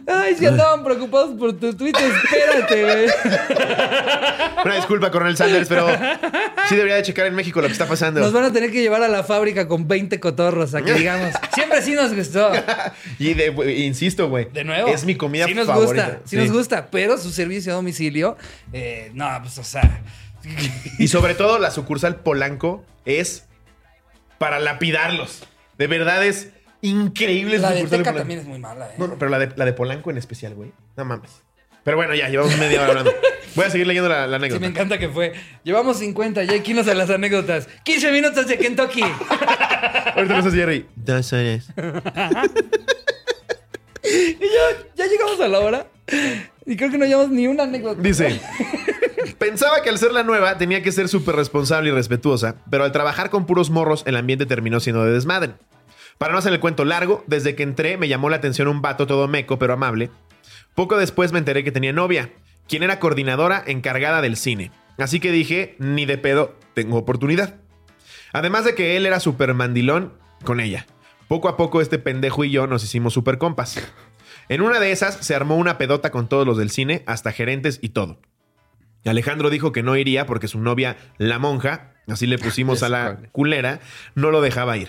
S3: Ay, si andaban preocupados por tu tweet, espérate, güey.
S2: Una disculpa, Coronel Sanders, pero sí debería de checar en México lo que está pasando.
S3: Nos van a tener que llevar a la fábrica con 20 cotorros a que digamos. Siempre sí nos gustó.
S2: Y de, güey, insisto, güey.
S3: De nuevo.
S2: Es mi comida
S3: sí nos
S2: favorita.
S3: Gusta, sí, nos gusta, pero su servicio a domicilio, eh, no, pues o sea.
S2: Y sobre todo, la sucursal Polanco es para lapidarlos. De verdad es increíble.
S3: La
S2: su
S3: de
S2: sucursal
S3: Teca
S2: Polanco.
S3: también es muy mala, ¿eh?
S2: No, no, pero la de, la de Polanco en especial, güey. No mames. Pero bueno, ya, llevamos media hora hablando. Voy a seguir leyendo la, la
S3: Sí, me
S2: anécdota.
S3: encanta que fue. Llevamos 50 ya aquí nos a las anécdotas. 15 minutos de Kentucky.
S2: Ahorita lo haces, Jerry. Dos horas.
S3: y yo, ya llegamos a la hora. Y creo que no llevamos ni una anécdota.
S2: Dice. Pensaba que al ser la nueva tenía que ser súper responsable y respetuosa, pero al trabajar con puros morros el ambiente terminó siendo de desmadre. Para no hacer el cuento largo, desde que entré me llamó la atención un vato todo meco pero amable. Poco después me enteré que tenía novia, quien era coordinadora encargada del cine. Así que dije, ni de pedo, tengo oportunidad. Además de que él era súper mandilón con ella. Poco a poco este pendejo y yo nos hicimos súper compas. En una de esas se armó una pedota con todos los del cine, hasta gerentes y todo. Y Alejandro dijo que no iría porque su novia, la monja, así le pusimos a la culera, no lo dejaba ir.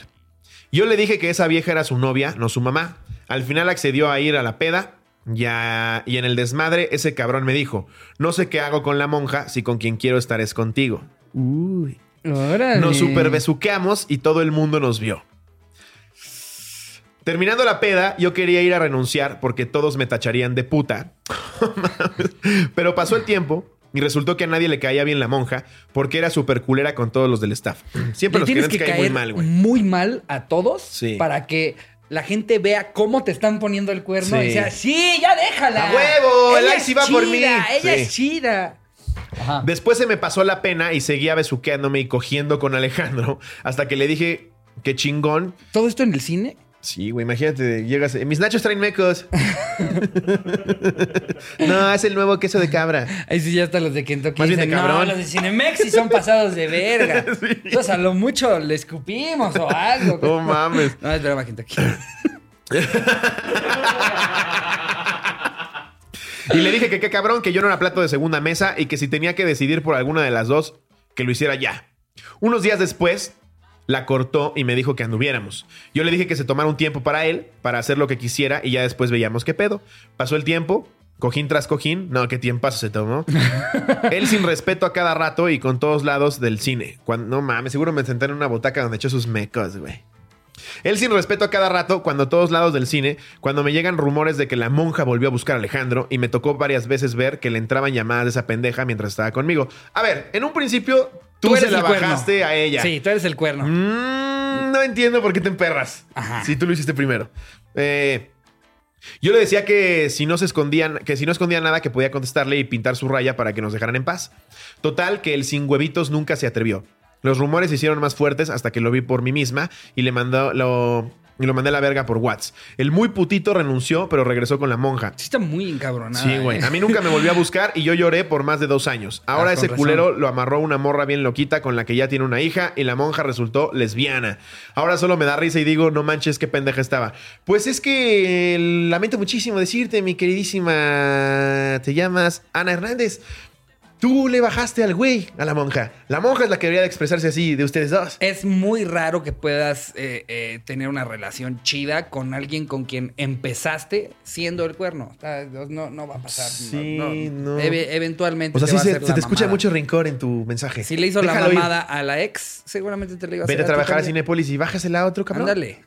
S2: Yo le dije que esa vieja era su novia, no su mamá. Al final accedió a ir a la peda y, a- y en el desmadre ese cabrón me dijo, no sé qué hago con la monja si con quien quiero estar es contigo. Uy.
S3: Órale.
S2: Nos super besuqueamos y todo el mundo nos vio. Terminando la peda, yo quería ir a renunciar porque todos me tacharían de puta. Pero pasó el tiempo y resultó que a nadie le caía bien la monja porque era súper culera con todos los del staff. Siempre
S3: Le
S2: los
S3: tienes
S2: gerentes
S3: que
S2: caen
S3: caer
S2: muy mal, güey.
S3: a todos
S2: Sí.
S3: para que la gente vea cómo te están poniendo el cuerno
S2: Sí.
S3: y sea, sí, ya déjala.
S2: ¡A huevo! El
S3: Ella
S2: like sí va por mí.
S3: chida, Ella
S2: Sí.
S3: es chida. Ajá.
S2: Después se me pasó la pena y seguía besuqueándome y cogiendo con Alejandro hasta que le dije que chingón.
S3: Todo esto en el cine.
S2: Sí, güey, imagínate, llegas. "Eh, Mis nachos traen mecos. no, es el nuevo queso de cabra.
S3: Ahí sí ya están los de Kentucky.
S2: Más bien de
S3: dicen, no,
S2: cabrón".
S3: los de Cinemex sí son pasados de verga. Entonces a lo mucho le escupimos o algo.
S2: No mames.
S3: No, es broma, Kentucky.
S2: Y le dije que qué cabrón, que yo no era plato de segunda mesa y que si tenía que decidir por alguna de las dos, que lo hiciera ya. Unos días después, la cortó y me dijo que anduviéramos. Yo le dije que se tomara un tiempo para él, para hacer lo que quisiera y ya después veíamos qué pedo. Pasó el tiempo, cojín tras cojín. No, qué tiempazo se tomó. él sin respeto a cada rato y con todos lados del cine. Cuando, no mames, seguro me senté en una botaca donde echó sus mecos, güey. Él sin respeto a cada rato, cuando a todos lados del cine, cuando me llegan rumores de que la monja volvió a buscar a Alejandro y me tocó varias veces ver que le entraban llamadas de esa pendeja mientras estaba conmigo. A ver, en un principio tú, se la
S3: cuerno.
S2: bajaste a ella.
S3: Sí, tú eres el cuerno.
S2: Mm, no entiendo por qué te emperras.
S3: Ajá.
S2: Si tú lo hiciste primero. Eh, Yo le decía que si no se escondían, que si no escondía nada, que podía contestarle y pintar su raya para que nos dejaran en paz. Total, que el sin huevitos nunca se atrevió. Los rumores se hicieron más fuertes hasta que lo vi por mí misma y le mandó lo. y lo mandé a la verga por Whats. El muy putito renunció, pero regresó con la monja.
S3: Sí, está muy encabronada.
S2: Sí, güey.
S3: ¿eh?
S2: A mí nunca me volvió a buscar y yo lloré por más de dos años. Ahora
S3: Ah, con
S2: ese
S3: razón.
S2: culero lo amarró una morra bien loquita con la que ya tiene una hija y la monja resultó lesbiana. Ahora solo me da risa y digo, no manches, qué pendeja estaba. Pues es que eh, lamento muchísimo decirte, mi queridísima, te llamas Ana Hernández. Tú le bajaste al güey, a la monja. La monja es la que debería de expresarse así de ustedes dos.
S3: Es muy raro que puedas eh, eh, tener una relación chida con alguien con quien empezaste siendo el cuerno. Está- No, no va a pasar.
S2: Sí, no.
S3: Eve- eventualmente.
S2: O sea, sí
S3: va a
S2: se,
S3: hacer
S2: se
S3: la
S2: te escucha
S3: mamada.
S2: mucho rencor en tu mensaje.
S3: Si le hizo la
S2: Déjalo ir.
S3: mamada a la ex, seguramente te le iba a hacer.
S2: Vete a
S3: ti
S2: trabajar a
S3: también.
S2: Cinépolis y bájasela a otro cabrón.
S3: Ándale.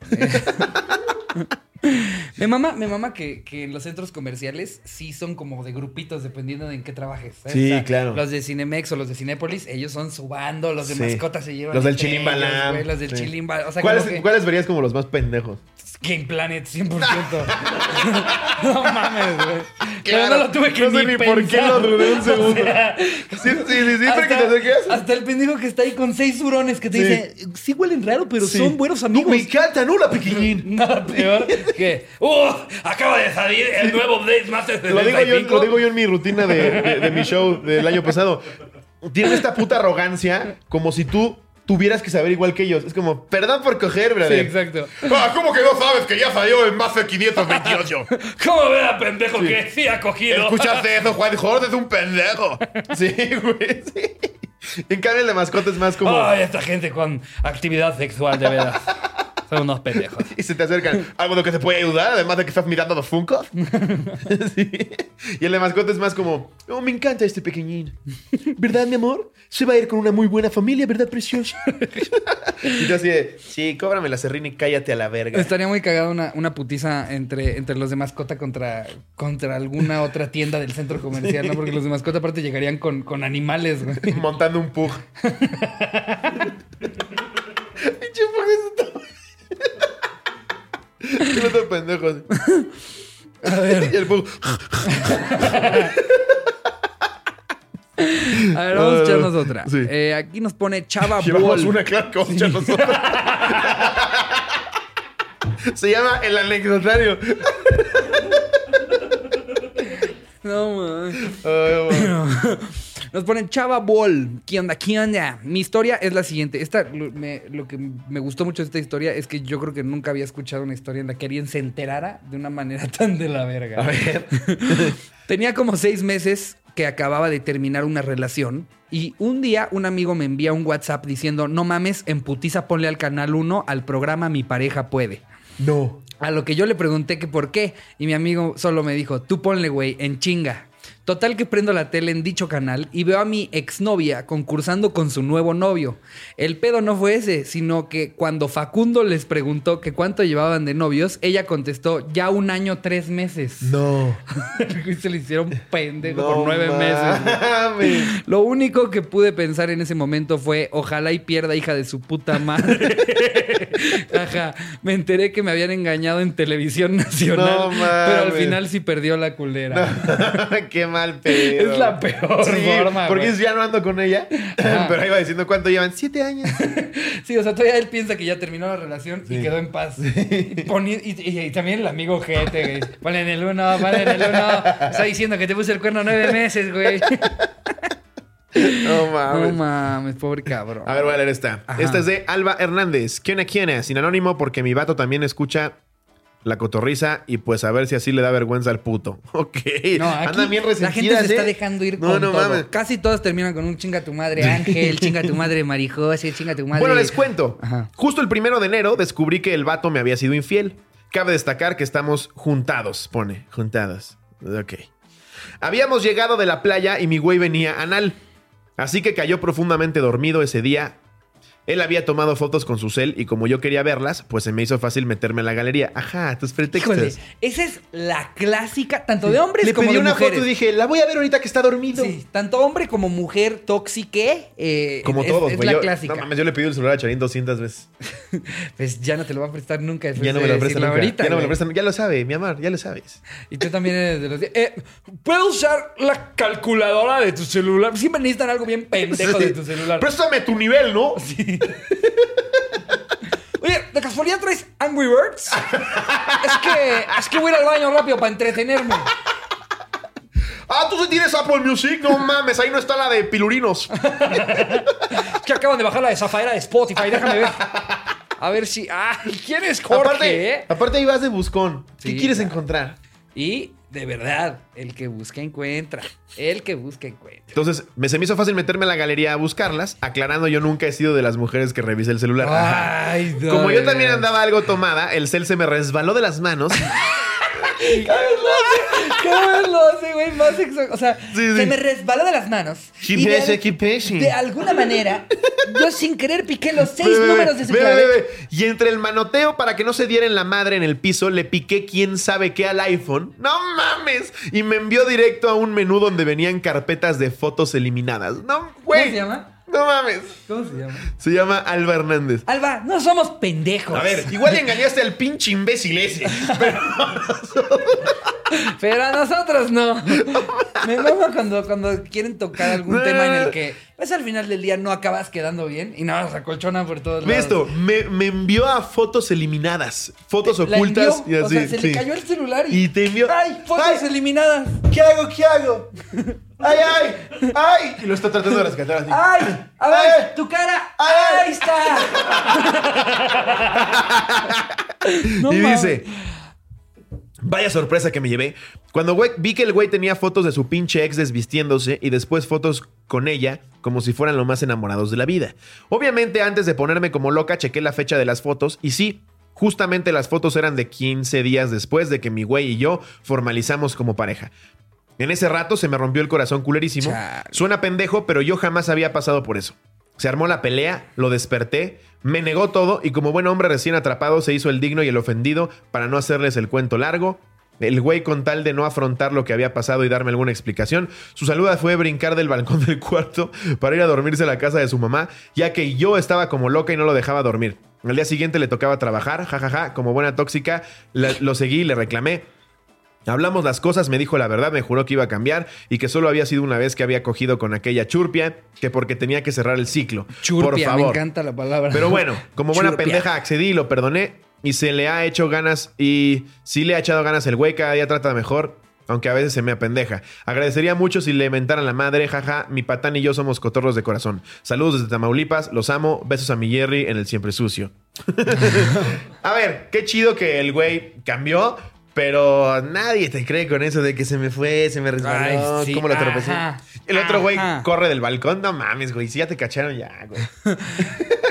S3: me mama, me mama que, que en los centros comerciales sí son como de grupitos dependiendo de en qué trabajes. ¿sabes?
S2: Sí, claro.
S3: Los de Cinemex o los de Cinépolis, ellos son su bando, los de
S2: Sí.
S3: mascotas se llevan.
S2: Los del
S3: entre
S2: Chilimbalam.
S3: ellos, güey, Los del
S2: Sí.
S3: Chilimbalam. O sea,
S2: ¿Cuáles,
S3: como que
S2: cuáles verías como los más pendejos?
S3: Game Planet 100%. no mames, güey. Pero
S2: Claro,
S3: no lo tuve que
S2: no sé
S3: ni
S2: ni por qué
S3: pensar.
S2: lo dudé un
S3: O
S2: segundo.
S3: sea,
S2: Sí, sí, sí, siempre que te
S3: hasta,
S2: acerques.
S3: hasta el pendejo que está ahí con seis hurones que te
S2: Sí.
S3: dice, sí huelen raro, pero
S2: Sí.
S3: son buenos
S2: No,
S3: amigos.
S2: me encanta, ¿no? La pequeñín.
S3: Nada peor que. ¡Uh! Acaba de salir el nuevo Blade Master
S2: Lo digo, yo,
S3: 75.
S2: lo digo yo en mi rutina de, de- de mi show del año pasado. Tienen esta puta arrogancia como si tú tuvieras que saber igual que ellos. Es como, perdón por coger,
S3: Sí,
S2: brother.
S3: exacto.
S2: ah, ¿cómo que no sabes que ya salió el Master 528?
S3: ¿Cómo ve a pendejo que sí ha cogido?
S2: ¿Escuchaste eso, Juan Jorge? Es un pendejo. Sí, güey, sí. En cambio, el de mascota es más como...
S3: Ay, esta gente con actividad sexual, de verdad. Son unos pendejos.
S2: Y se te acercan. Algo de lo que te puede ayudar, además de que estás mirando los Funko. Sí. Y el de mascota es más como, oh, me encanta este pequeñín. ¿Verdad, mi amor? Se va a ir con una muy buena familia, ¿verdad, preciosa? y yo así de, sí, cóbrame la serrina y cállate a la verga.
S3: Estaría muy cagada una, una putiza entre, entre los de mascota contra, contra alguna otra tienda del centro comercial, ¿no? Porque los de mascota aparte llegarían con, con animales, güey.
S2: Montando un pug. Pinche pug es un... Qué otro pendejo.
S3: A ver,
S2: Y el pug...
S3: a ver, vamos a echarnos otra.
S2: Sí.
S3: Eh, Ah, aquí nos pone Chava
S2: Llevamos
S3: Bull.
S2: una claro que vamos a echar nosotros. Se llama El Anecdotario.
S3: No, mames.
S2: Ay, bueno.
S3: Nos ponen Chava Ball. ¿Qué onda? ¿Qué onda? Mi historia es la siguiente. Esta, lo, me- lo que me gustó mucho de esta historia es que yo creo que nunca había escuchado una historia en la que alguien se enterara de una manera tan de la verga.
S2: A ver.
S3: Tenía como seis meses que acababa de terminar una relación y un día un amigo me envía un WhatsApp diciendo, no mames, en putiza ponle al canal 1 al programa Mi pareja puede.
S2: No.
S3: A lo que yo le pregunté que por qué y mi amigo solo me dijo, tú ponle, güey, en chinga. Total que prendo la tele en dicho canal y veo a mi exnovia concursando con su nuevo novio. El pedo no fue ese, sino que cuando Facundo les preguntó que cuánto llevaban de novios, ella contestó ya un año tres meses.
S2: No.
S3: Y se le hicieron pendejo por nueve meses. güey.
S2: meses.
S3: Lo único que pude pensar en ese momento fue, ojalá y pierda hija de su puta madre. Ajá, me enteré que me habían engañado en televisión nacional,
S2: No
S3: pero al
S2: mames.
S3: final sí perdió la culera.
S2: Qué mal pedo.
S3: Es la peor forma,
S2: Porque
S3: güey.
S2: ya no ando con ella.
S3: Ajá.
S2: Pero ahí va diciendo cuánto llevan. Siete años.
S3: Sí, o sea, todavía él piensa que ya terminó la relación
S2: Sí.
S3: y quedó en paz. Y, poni- y- y- y también el amigo gente, güey. Ponle en el uno, ponle en el uno. Está diciendo que te puse el cuerno nueve meses, güey.
S2: No
S3: No
S2: mames.
S3: mames, pobre cabrón.
S2: A ver, voy a leer esta.
S3: Ajá.
S2: Esta es de Alba Hernández. ¿Quién a quién es? Sin anónimo, porque mi vato también escucha la cotorriza y pues a ver si así le da vergüenza al puto. Ok.
S3: No, aquí
S2: Andan bien
S3: la gente
S2: resentidas,
S3: se está
S2: ¿eh?
S3: dejando ir
S2: No,
S3: con
S2: no
S3: todo.
S2: mames.
S3: Casi todas terminan con un chinga tu madre Ángel, chinga tu madre Marijose, chinga tu madre.
S2: Bueno, les cuento.
S3: Ah, Ajá.
S2: Justo el primero de enero descubrí que el vato me había sido infiel. Cabe destacar que estamos juntados, pone. Juntados. Ok. Habíamos llegado de la playa y mi güey venía anal. Así que cayó profundamente dormido ese día Él había tomado fotos con su cel y como yo quería verlas, pues se me hizo fácil meterme a la galería. Ajá, tus pretextos.
S3: Híjole, esa es la clásica, tanto de hombres
S2: Le
S3: como
S2: pedí
S3: de
S2: una
S3: mujeres.
S2: foto y dije, la voy a ver ahorita que está dormido.
S3: Sí, tanto hombre como mujer tóxique. eh,
S2: Como
S3: es,
S2: todos,
S3: Es
S2: güey.
S3: la
S2: Yo-
S3: clásica.
S2: No mames, yo le pedí el celular a Charín 200 veces.
S3: pues ya no te lo va a prestar nunca. después
S2: Ya no me
S3: de
S2: lo prestan
S3: Pues decirlo
S2: nunca.
S3: ahorita,
S2: ya no me
S3: güey.
S2: lo prestan. Ya lo sabe, mi amor, ya lo sabes.
S3: Y tú también eres de los... de, Eh, ¿Puedo usar la calculadora de tu celular? Siempre necesitan algo bien pendejo de tu celular.
S2: Préstame tu nivel, ¿no?
S3: Oye, ¿de casualidad traes Angry Birds? es, que, es que voy a ir al baño rápido para entretenerme.
S2: Ah, tú sí tienes Apple Music. No mames, ahí no está la de pilurinos.
S3: Es que acaban de bajar la de Zafaera de Spotify. Déjame ver. A ver si... Ah, ¿Quién es Jorge?
S2: Aparte, aparte ahí vas de buscón.
S3: Sí,
S2: ¿Qué quieres
S3: claro.
S2: encontrar?
S3: Y de verdad, el que busca encuentra. El que busca encuentra.
S2: Entonces, me se me hizo fácil meterme a la galería a buscarlas, aclarando yo nunca he sido de las mujeres que revisa el celular. Ajá.
S3: Ay, no,
S2: Como
S3: de
S2: yo también
S3: veras.
S2: andaba algo tomada, el cel se me resbaló de las manos.
S3: Cada vez lo hace, güey, más exo- O sea,
S2: Sí, sí.
S3: se me resbaló de las manos.
S2: Sí,
S3: Y de
S2: pese,
S3: al-
S2: que pese.
S3: De alguna manera, yo sin querer piqué los seis
S2: Ve, ve,
S3: números de ¿eh? su
S2: ve, ve,
S3: clave.
S2: ve, ve. Y entre el manoteo para que no se dieran la madre en el piso, le piqué quién sabe qué al iPhone. ¡No mames! Y me envió directo a un menú donde venían carpetas de fotos eliminadas. ¡No, güey!
S3: ¿Cómo se llama?
S2: ¡No mames!
S3: ¿Cómo se llama?
S2: Se llama Alba Hernández.
S3: Alba, no somos pendejos.
S2: A ver, igual engañaste al pinche imbécil ese.
S3: Pero a nosotros no. Me mama cuando, cuando quieren tocar algún
S2: No,
S3: tema en
S2: no, no.
S3: el que, pues al final del día no acabas quedando bien y nada, más acolchonan por todos
S2: Ve
S3: lados.
S2: esto, me, me envió a fotos eliminadas, fotos
S3: La
S2: ocultas
S3: envió,
S2: y así.
S3: O sea, se
S2: sí.
S3: le cayó el celular y.
S2: Y te envió-
S3: ¡Ay! ¡Fotos
S2: ¡Ay!
S3: eliminadas!
S2: ¿Qué hago? ¿Qué hago? ¡Ay, ay! ¡Ay! Y lo está tratando de rescatar así.
S3: ¡Ay! ¡A ver!
S2: ¡Ay!
S3: ¡Tu cara!
S2: ¡Ay!
S3: ¡Ahí está! No
S2: y
S3: mames.
S2: dice. Vaya sorpresa que me llevé. Cuando güey- vi que el güey tenía fotos de su pinche ex desvistiéndose y después fotos con ella, como si fueran lo más enamorados de la vida. Obviamente, antes de ponerme como loca, chequé la fecha de las fotos y sí, justamente las fotos eran de 15 días después de que mi güey y yo formalizamos como pareja. En ese rato se me rompió el corazón culerísimo.
S3: Chale.
S2: Suena pendejo, pero yo jamás había pasado por eso. Se armó la pelea, lo desperté, me negó todo y como buen hombre recién atrapado se hizo el digno y el ofendido para no hacerles el cuento largo. El güey con tal de no afrontar lo que había pasado y darme alguna explicación, su saluda fue brincar del balcón del cuarto para ir a dormirse a la casa de su mamá, ya que yo estaba como loca y no lo dejaba dormir. Al día siguiente le tocaba trabajar, jajaja, como buena tóxica, la- lo seguí y le reclamé. Hablamos las cosas, me dijo la verdad, me juró que iba a cambiar y que solo había sido una vez que había cogido con aquella churpia, que porque tenía que cerrar el ciclo.
S3: Churpia,
S2: Por favor.
S3: me encanta la palabra.
S2: Pero bueno, como buena
S3: Churpia.
S2: pendeja accedí y lo perdoné y se le ha hecho ganas y sí le ha echado ganas el güey, cada día trata mejor. Aunque a veces se me apendeja. Agradecería mucho si le mentaran la madre, jaja. Mi patán y yo somos cotorros de corazón. Saludos desde Tamaulipas, los amo. Besos a mi Jerry en el siempre sucio. A ver, qué chido que el güey cambió, pero nadie te cree con eso de que se me fue, se me resbaló,
S3: Ay, sí,
S2: cómo lo tropecé.
S3: ajá,
S2: El otro güey
S3: ajá.
S2: corre del balcón, no mames, güey, si ya te cacharon ya, güey.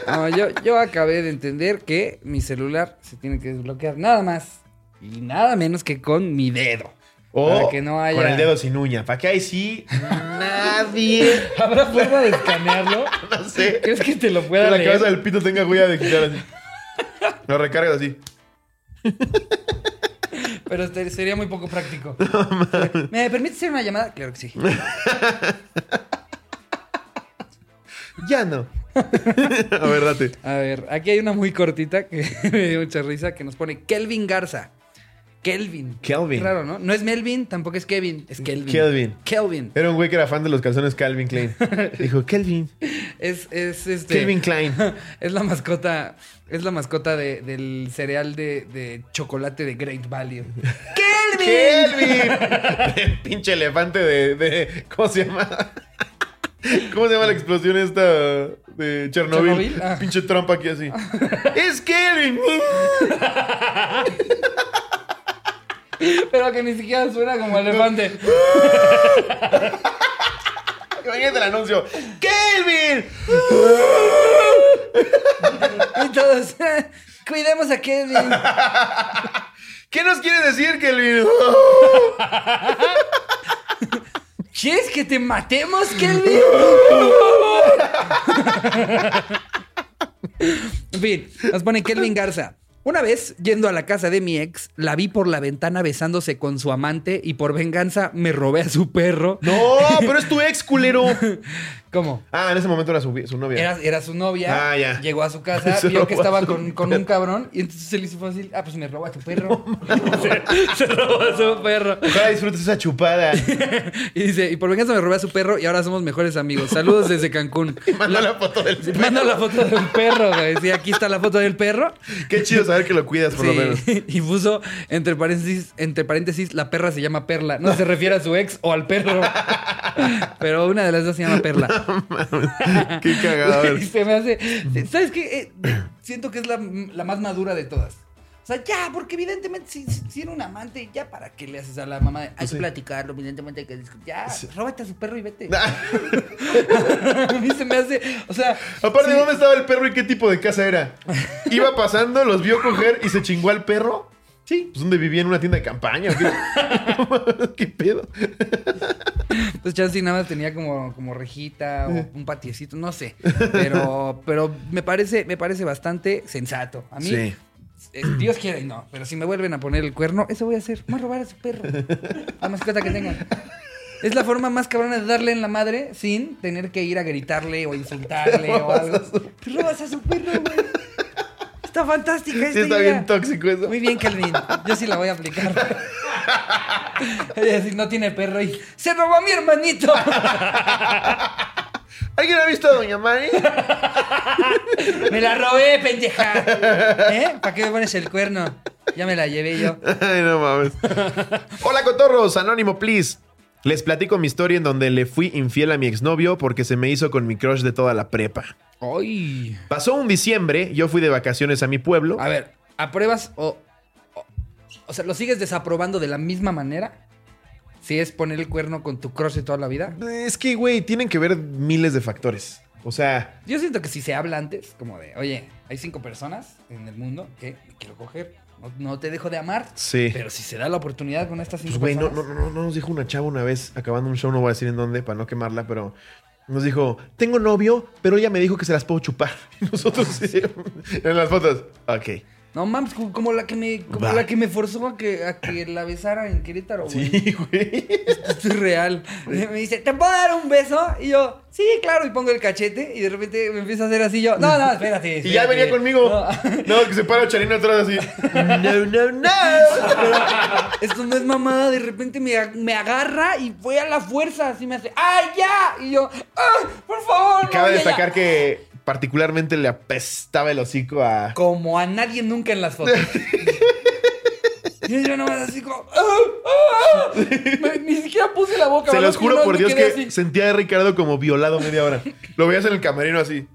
S3: No, yo, yo acabé de entender que mi celular se tiene que desbloquear nada más y nada menos que con mi dedo.
S2: O
S3: Para que no haya-
S2: con el dedo sin uña, para que ahí sí nadie,
S3: ¿Habrá forma de escanearlo?
S2: no sé,
S3: ¿Crees que te lo
S2: que
S3: pueda
S2: la
S3: leer?
S2: cabeza del pito tenga huella de quitar así. Lo recargas así.
S3: Pero este- sería muy poco práctico. ¿Me permite hacer una llamada? Claro que sí.
S2: Ya no. a ver, date.
S3: A ver, aquí hay una muy cortita que me dio mucha risa que nos pone Kelvin Garza. Kelvin.
S2: Kelvin.
S3: Claro, ¿no? No es Melvin, tampoco es Kevin, es Kelvin.
S2: Kelvin.
S3: Kelvin.
S2: Era un güey que era fan de los calzones Calvin Klein. Dijo, Kelvin,
S3: Es, es este.
S2: Kelvin Klein.
S3: Es la mascota. Es la mascota de- del cereal de, de chocolate de Great Value. ¡Kelvin!
S2: ¡Kelvin! El pinche elefante de, de- ¿Cómo se llama? ¿Cómo se llama la explosión esta de Chernobyl?
S3: ¿Chernobyl? Ah.
S2: Pinche trampa aquí así. ¡Es Kelvin!
S3: Pero que ni siquiera suena como elefante.
S2: Imagínate el anuncio. ¡Kelvin!
S3: Y todos. Cuidemos a Kelvin.
S2: ¿Qué nos quiere decir, Kelvin?
S3: ¿Quieres que te matemos, Kelvin? En fin, nos pone Kelvin Garza. Una vez, yendo a la casa de mi ex, la vi por la ventana besándose con su amante y por venganza me robé a su perro.
S2: No, pero es tu ex, culero.
S3: ¿Cómo?
S2: Ah, en ese momento era su, su novia.
S3: Era, era su novia,
S2: Ah, ya.
S3: llegó a su casa,
S2: Se
S3: vio que
S2: robó a
S3: estaba
S2: su
S3: con, con un cabrón y entonces se le hizo fácil, ah, pues me robó a tu perro. se, se robó a su perro.
S2: Ojalá disfrutes esa chupada.
S3: Y dice, y por venganza me robé a su perro y ahora somos mejores amigos. Saludos desde Cancún.
S2: Manda la foto del
S3: Te Mando la foto del perro, güey. Sí, aquí está la foto del perro.
S2: Qué chido saber que lo cuidas, por
S3: Sí.
S2: lo menos.
S3: Y puso entre paréntesis, entre paréntesis, la perra se llama Perla. No se refiere a su ex o al perro. Pero una de las dos se llama Perla.
S2: Qué cagado.
S3: Y se me hace. ¿Sabes qué? Eh, siento que es la, la más madura de todas. O sea, ya, porque evidentemente si, si- si era un amante, ya para qué le haces a la mamá de hay que platicarlo, evidentemente hay que discutir. Ya, róbate a su perro y vete.
S2: Ah,
S3: a mí se me hace. O sea.
S2: Aparte,
S3: sí.
S2: ¿dónde estaba el perro y qué tipo de casa era? Iba pasando, los vio coger y se chingó al perro.
S3: Sí.
S2: Pues donde vivía en una tienda de campaña. ¿o ¿Qué, ¿Qué pedo?
S3: Pues chance y nada más tenía como, como rejita o un patiecito, no sé. Pero, pero me parece, me parece bastante sensato. A mí,
S2: Sí.
S3: eh, Dios quiera y no, pero si me vuelven a poner el cuerno, eso voy a hacer. Voy a robar a su perro. La mascota que tengan. Es la forma más cabrona de darle en la madre sin tener que ir a gritarle o insultarle o algo. Te robas a su perro, güey. Está fantástica esta
S2: Sí, está
S3: idea.
S2: bien tóxico eso.
S3: Muy bien, Kelvin. Yo sí la voy a aplicar. Ella sí no tiene perro y se robó a mi hermanito.
S2: ¿Alguien ha visto a Doña Mari?
S3: Me la robé, pendeja. ¿Eh? ¿Para qué me pones el cuerno? Ya me la llevé yo.
S2: Ay, no mames. Hola, cotorros. Anónimo, please. Les platico mi historia en donde le fui infiel a mi exnovio porque se me hizo con mi crush de toda la prepa.
S3: Ay.
S2: Pasó un diciembre, yo fui de vacaciones a mi pueblo.
S3: A ver, ¿apruebas o, o. o sea, ¿lo sigues desaprobando de la misma manera? Si es poner el cuerno con tu crush de toda la vida.
S2: Es que, güey, tienen que ver miles de factores. O sea,
S3: Yo siento que si se habla antes, como de, oye, hay cinco personas en el mundo que me quiero coger. No, no te dejo de amar.
S2: Sí.
S3: Pero si se da la oportunidad con estas
S2: pues,
S3: cinco
S2: güey, no,
S3: personas.
S2: no, no, no nos dijo una chava una vez, acabando un show, no voy a decir en dónde para no quemarla, pero nos dijo, tengo novio, pero ella me dijo que se las puedo chupar. Y nosotros sí, en las fotos. Ok.
S3: No mames, como como la que me, como
S2: Va.
S3: la que me forzó a que, a que la besara en Querétaro, güey.
S2: Sí, güey.
S3: Esto es real. Me dice, ¿te puedo dar un beso? Y yo, sí, claro, y pongo el cachete y de repente me empieza a hacer así yo. No, no, espérate.
S2: Y ya
S3: espérate".
S2: venía conmigo.
S3: No.
S2: No, que se para Charino atrás así. No, no, no.
S3: Esto no es mamada, de repente me, ag- me agarra y voy a la fuerza, así me hace, ¡ay, ya! Y yo, ¡ah, por favor!
S2: Y Cabe
S3: no, ya, ya".
S2: destacar que particularmente le apestaba el hocico a...
S3: Como a nadie nunca en las fotos. Y yo nomás así como... ¡ah, ah! Me- ni siquiera puse la boca.
S2: Se
S3: ¿verdad?
S2: los juro
S3: Nomás
S2: por
S3: me
S2: Dios que
S3: quedé así.
S2: sentía a Ricardo como violado media hora. Lo veías en el camerino así.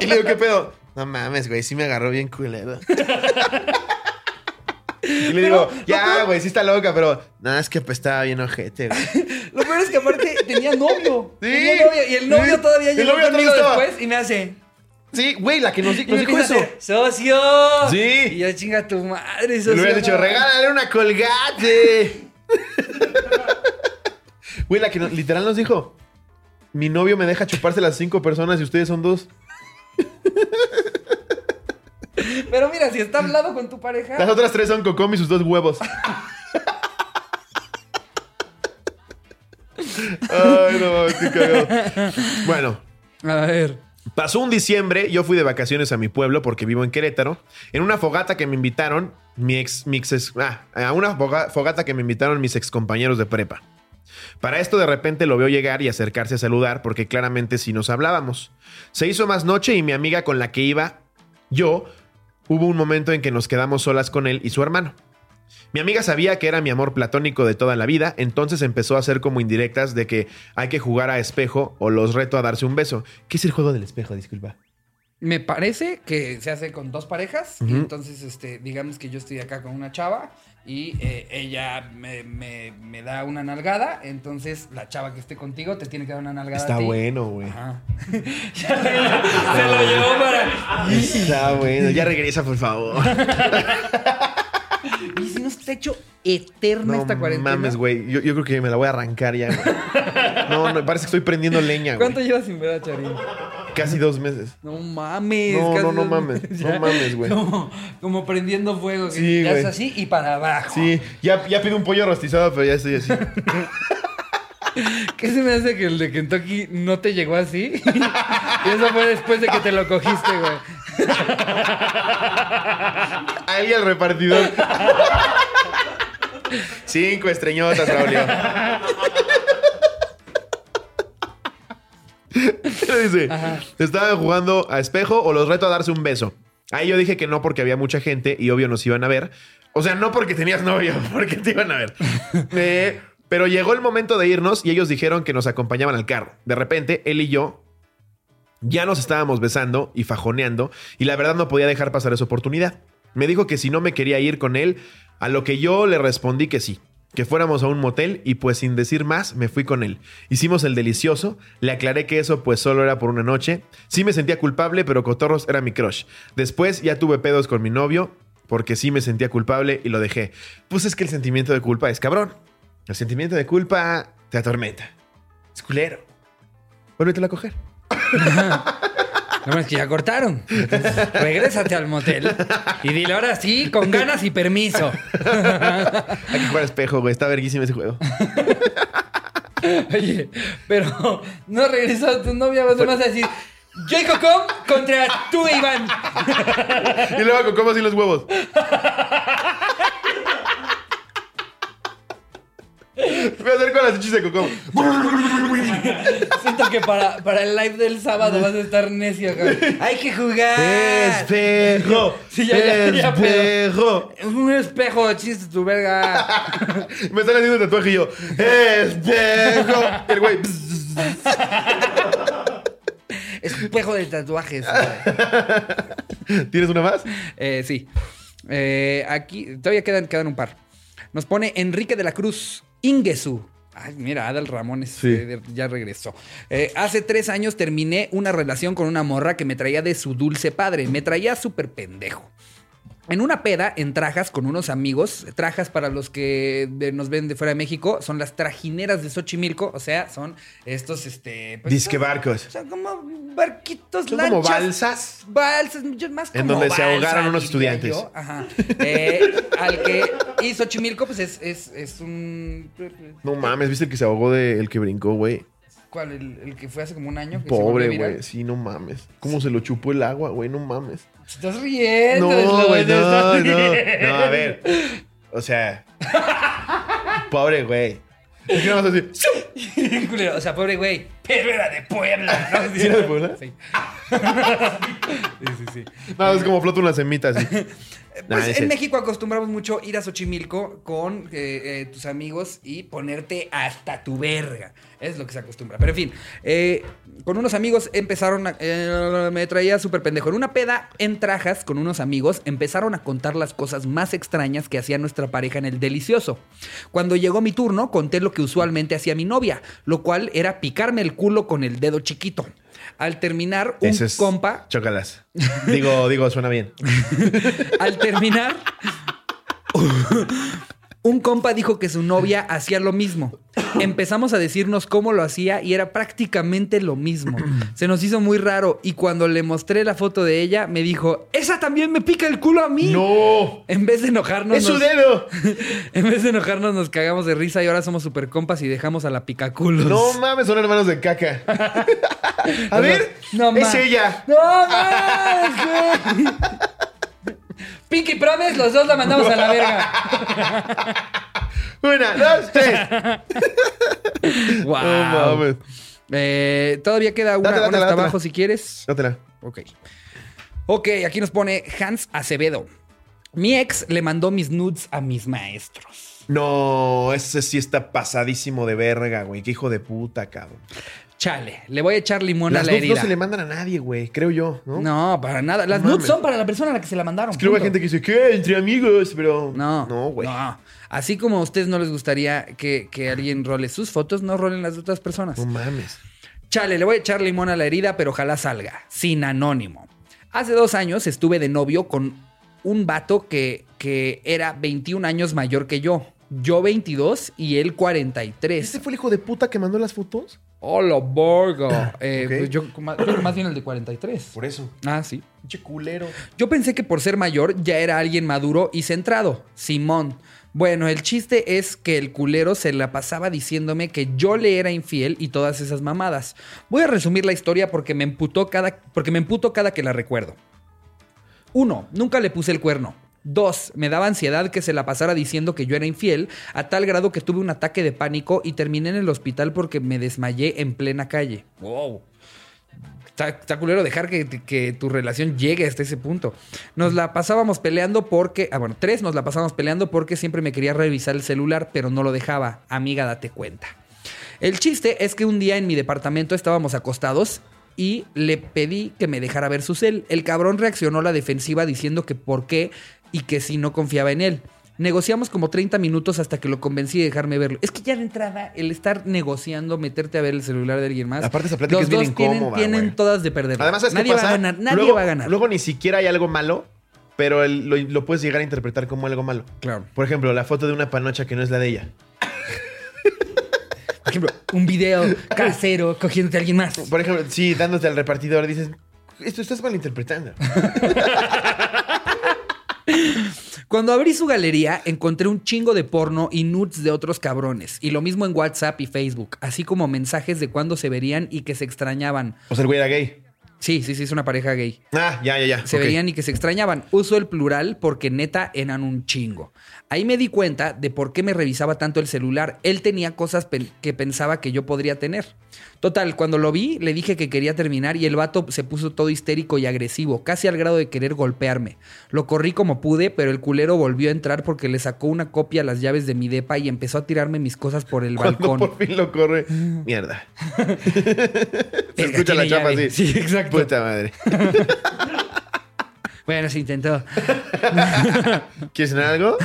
S2: Y le digo, ¿qué pedo? No mames, güey, sí me agarró bien culero. Y le digo, ya, güey, sí está loca, pero nada, es que apestaba bien ojete, güey.
S3: Lo peor es que aparte tenía novio.
S2: Sí.
S3: Tenía novio, y el novio
S2: Sí.
S3: todavía
S2: El
S3: llegó
S2: novio
S3: conmigo
S2: todavía estaba.
S3: después y me hace...
S2: Sí, güey, la que nos, nos
S3: Y me
S2: dijo
S3: empieza
S2: eso.
S3: a hacer, ¡Socio!
S2: Sí.
S3: Y yo, chinga tu madre,
S2: Y
S3: socio.
S2: le hubieras dicho, regálale una colgate. Güey, la que nos- literal nos dijo, mi novio me deja chuparse las cinco personas y ustedes son dos.
S3: Pero mira, si está hablado con tu pareja...
S2: Las otras tres son Cocom y sus dos huevos. Ay, no mames, qué cagado. Bueno,
S3: A ver...
S2: pasó un diciembre, yo fui de vacaciones a mi pueblo porque vivo en Querétaro. En una fogata que me invitaron, mi ex, mi ex- ah, a una foga- fogata que me invitaron mis excompañeros de prepa. Para esto de repente lo veo llegar y acercarse a saludar porque claramente sí nos hablábamos. Se hizo más noche y mi amiga con la que iba yo, hubo un momento en que nos quedamos solas con él y su hermano. Mi amiga sabía que era mi amor platónico de toda la vida, entonces empezó a hacer como indirectas de que hay que jugar a espejo o los reto a darse un beso. ¿Qué es el juego del espejo? Disculpa.
S3: Me parece que se hace con dos parejas. y entonces, este, digamos que yo estoy acá con una chava y eh, ella me, me- me da una nalgada. Entonces, la chava que esté contigo te tiene que dar una nalgada. a
S2: Está
S3: ti.
S2: bueno, güey.
S3: Ajá. Ya se lo- se lo llevó para.
S2: Está bueno. Ya regresa, por favor.
S3: Y si no está hecho eterna
S2: No
S3: esta cuarentena.
S2: mames, güey. Yo, yo creo que me la voy a arrancar ya. güey. No, no, parece que estoy prendiendo leña, güey.
S3: ¿Cuánto llevas sin ver a Charín?
S2: Casi dos meses.
S3: No mames.
S2: No,
S3: casi
S2: no, no
S3: dos-
S2: mames, no
S3: Ya,
S2: mames, güey.
S3: Como, como prendiendo fuego. que
S2: Sí,
S3: ya es
S2: güey.
S3: así y para abajo.
S2: Sí, ya, ya pido un pollo rostizado, pero ya estoy así.
S3: ¿Qué se me hace que el de Kentucky no te llegó así? y eso fue después de que te lo cogiste, güey.
S2: Ahí el repartidor. Cinco estreñotas, Braulio. Pero dice, estaban jugando a espejo o los reto a darse un beso. Ahí yo dije que no porque había mucha gente y obvio nos iban a ver. O sea, no porque tenías novio, porque te iban a ver. Eh, pero llegó el momento de irnos y ellos dijeron que nos acompañaban al carro. De repente, él y yo ya nos estábamos besando y fajoneando y la verdad no podía dejar pasar esa oportunidad. Me dijo que si no me quería ir con él, a lo que yo le respondí que sí, que fuéramos a un motel y pues sin decir más me fui con él. Hicimos el delicioso, le aclaré que eso pues solo era por una noche. Sí me sentía culpable, pero Cotorros era mi crush. Después ya tuve pedos con mi novio porque sí me sentía culpable y lo dejé. Pues es que el sentimiento de culpa es cabrón. El sentimiento de culpa te atormenta. Es culero. Vuélvetelo a coger.
S3: No es que ya cortaron. Entonces, regrésate al motel. Y dile ahora sí, con ganas y permiso.
S2: Hay que jugar a espejo, güey. Está verguísimo ese juego.
S3: Oye, pero no regresó a tu novia, vas a vas a decir. Jacob Com contra tú, e Iván.
S2: Y luego con cómo así los huevos. Voy a hacer con las chichis de Coco.
S3: Siento que para, para el live del sábado vas a estar necio, cabrón. Hay que jugar.
S2: Espejo.
S3: Sí, ya, ya, ya,
S2: espejo.
S3: Un espejo, chiste tu verga.
S2: Me están haciendo tatuaje y yo. Espejo. Y El güey. "Pss".
S3: Espejo de tatuajes. güey.
S2: ¿Tienes una más?
S3: Eh, sí. Eh, aquí todavía quedan, quedan un par. Nos pone Enrique de la Cruz Ingesu. Ay, mira, Adal Ramones
S2: Sí.
S3: eh, ya regresó. Eh, hace tres años terminé una relación con una morra que me traía de su dulce padre. Me traía súper pendejo. En una peda, en trajas con unos amigos, trajas para los que eh, nos ven de fuera de México, son las trajineras de Xochimilco, o sea, son estos, este... pues,
S2: Disque barcos.
S3: Son como barquitos,
S2: Son como
S3: lanchas.
S2: balsas.
S3: Balsas, yo más
S2: En
S3: como
S2: donde se
S3: balsa,
S2: ahogaron unos
S3: diría
S2: estudiantes.
S3: yo. Ajá. Eh, al que... Y Xochimilco, pues es, es, es un...
S2: No mames, ¿viste el que se ahogó de el que brincó, güey?
S3: ¿Cuál? El, el que fue hace como un año. que se volvió
S2: Pobre,
S3: viral.
S2: güey. Sí, no mames. ¿Cómo se lo chupó el agua, güey? No mames.
S3: Te Estás
S2: No,
S3: riendo. Slobo,
S2: güey,
S3: te
S2: no, no.
S3: estás riendo.
S2: No, a ver. O sea. pobre, güey. Es que nada más así. ¡siu!
S3: Culero, O sea, pobre güey. Pero era de Puebla. ¿no?
S2: ¿Sí era de Puebla?
S3: Sí.
S2: Nada más como flota una semita así. Nah,
S3: Pues
S2: es
S3: en
S2: cierto.
S3: México acostumbramos mucho ir a Xochimilco con eh, eh, tus amigos y ponerte hasta tu verga. Es lo que se acostumbra. Pero en fin, eh, con unos amigos empezaron a... eh, me traía súper pendejo. En una peda en trajas con unos amigos empezaron a contar las cosas más extrañas que hacía nuestra pareja en el delicioso. Cuando llegó mi turno conté lo que usualmente hacía mi novia, lo cual era picarme el culo con el dedo chiquito. Al terminar, un
S2: Ese es.
S3: compa
S2: Chócalas. Digo, digo, suena bien.
S3: al terminar, un compa dijo que su novia hacía lo mismo. Empezamos a decirnos cómo lo hacía y era prácticamente lo mismo. Se nos hizo muy raro y cuando le mostré la foto de ella, me dijo, esa también me pica el culo a mí.
S2: ¡No!
S3: En vez de enojarnos...
S2: ¡Es su
S3: nos-
S2: dedo!
S3: en vez de enojarnos nos cagamos de risa y ahora somos super compas y dejamos a la picaculos.
S2: No mames, son hermanos de caca. A
S3: No,
S2: ver,
S3: no,
S2: es
S3: ma-
S2: ella.
S3: ¡No más, güey! Pinky Promise, los dos la mandamos a la verga.
S2: Una, dos, tres.
S3: Wow.
S2: No mames.
S3: Eh, todavía queda una,
S2: Dátela, dátela,
S3: una hasta
S2: dátela.
S3: abajo si quieres.
S2: Dátela.
S3: Ok. Ok, aquí nos pone Hans Acevedo. Mi ex le mandó mis nudes a mis maestros.
S2: No, ese sí está pasadísimo de verga, güey. Qué hijo de puta, cabrón.
S3: Chale, le voy a echar limón
S2: Las
S3: a la
S2: dos no
S3: herida.
S2: se le mandan a nadie, güey. Creo yo, ¿no?
S3: No, para nada. Las
S2: No
S3: nudes
S2: mames.
S3: son para la persona a la que se la mandaron.
S2: Es que luego hay gente
S3: punto.
S2: que dice, ¿qué? Entre amigos, pero.
S3: No.
S2: No, güey. No.
S3: no. Así como a ustedes no les gustaría que, que alguien role sus fotos, no rolen las de otras personas.
S2: mames.
S3: Chale, le voy a echar limón a la herida, pero ojalá salga. Sin anónimo. Hace dos años estuve de novio con un vato que, que era 21 años mayor que yo. Yo 22 y él 43.
S2: ¿Ese fue el hijo de puta que mandó las fotos?
S3: Hola, verga. Eh,
S2: Ok.
S3: pues yo ma- creo que más bien el de 43.
S2: Por eso.
S3: Ah, sí.
S2: Pinche culero.
S3: Yo pensé que por ser mayor ya era alguien maduro y centrado. Simón. Bueno, el chiste es que el culero se la pasaba diciéndome que yo le era infiel y todas esas mamadas. Voy a resumir la historia porque me emputó cada, porque me emputo cada que la recuerdo. 1. Nunca le puse el cuerno. 2. Me daba ansiedad que se la pasara diciendo que yo era infiel, a tal grado que tuve un ataque de pánico y terminé en el hospital porque me desmayé en plena calle. Wow. Está, está culero dejar que, que tu relación llegue hasta ese punto. Nos la pasábamos peleando porque. Ah, bueno, tres, nos la pasábamos peleando porque siempre me quería revisar el celular, pero no lo dejaba. Amiga, date cuenta. El chiste es que un día en mi departamento estábamos acostados y le pedí que me dejara ver su cel. El cabrón reaccionó a la defensiva diciendo que por qué y que si no confiaba en él. Negociamos como 30 minutos hasta que lo convencí de dejarme verlo. Es que ya de entrada, el estar negociando, meterte a ver el celular de alguien más.
S2: Aparte, esa plática
S3: los
S2: es bien
S3: dos tienen-
S2: incómoda,
S3: Tienen,
S2: güey.
S3: todas de perder.
S2: Además, ¿sabes qué
S3: nadie va
S2: pasa?
S3: a ganar. Nadie
S2: luego,
S3: va a ganar.
S2: Luego ni siquiera hay algo malo, pero el- lo, lo puedes llegar a interpretar como algo malo.
S3: Claro.
S2: Por ejemplo, la foto de una panocha que no es la de ella.
S3: Por ejemplo, un video casero cogiéndote a alguien más.
S2: Por ejemplo, sí, dándote al repartidor, dices, esto estás malinterpretando.
S3: Cuando abrí su galería, encontré un chingo de porno y nudes de otros cabrones. Y lo mismo en WhatsApp y Facebook, así como mensajes de cuando se verían y que se extrañaban.
S2: O sea, el güey era gay.
S3: Sí, sí, sí, es una pareja gay.
S2: Ah, ya, ya, ya.
S3: Se
S2: ok.
S3: verían y que se extrañaban. Uso el plural porque neta eran un chingo. Ahí me di cuenta de por qué me revisaba tanto el celular. Él tenía cosas pe- que pensaba que yo podría tener. Total, cuando lo vi, le dije que quería terminar y el vato se puso todo histérico y agresivo, casi al grado de querer golpearme. Lo corrí como pude, pero el culero volvió a entrar porque le sacó una copia a las llaves de mi depa y empezó a tirarme mis cosas por el
S2: Cuando
S3: balcón.
S2: por fin lo corre. Mierda. Se
S3: Verga,
S2: escucha la
S3: Eh, tiene
S2: chapa
S3: llave.
S2: así.
S3: Sí, exacto.
S2: Puta madre.
S3: Bueno, se intentó.
S2: ¿Quieres cenar algo?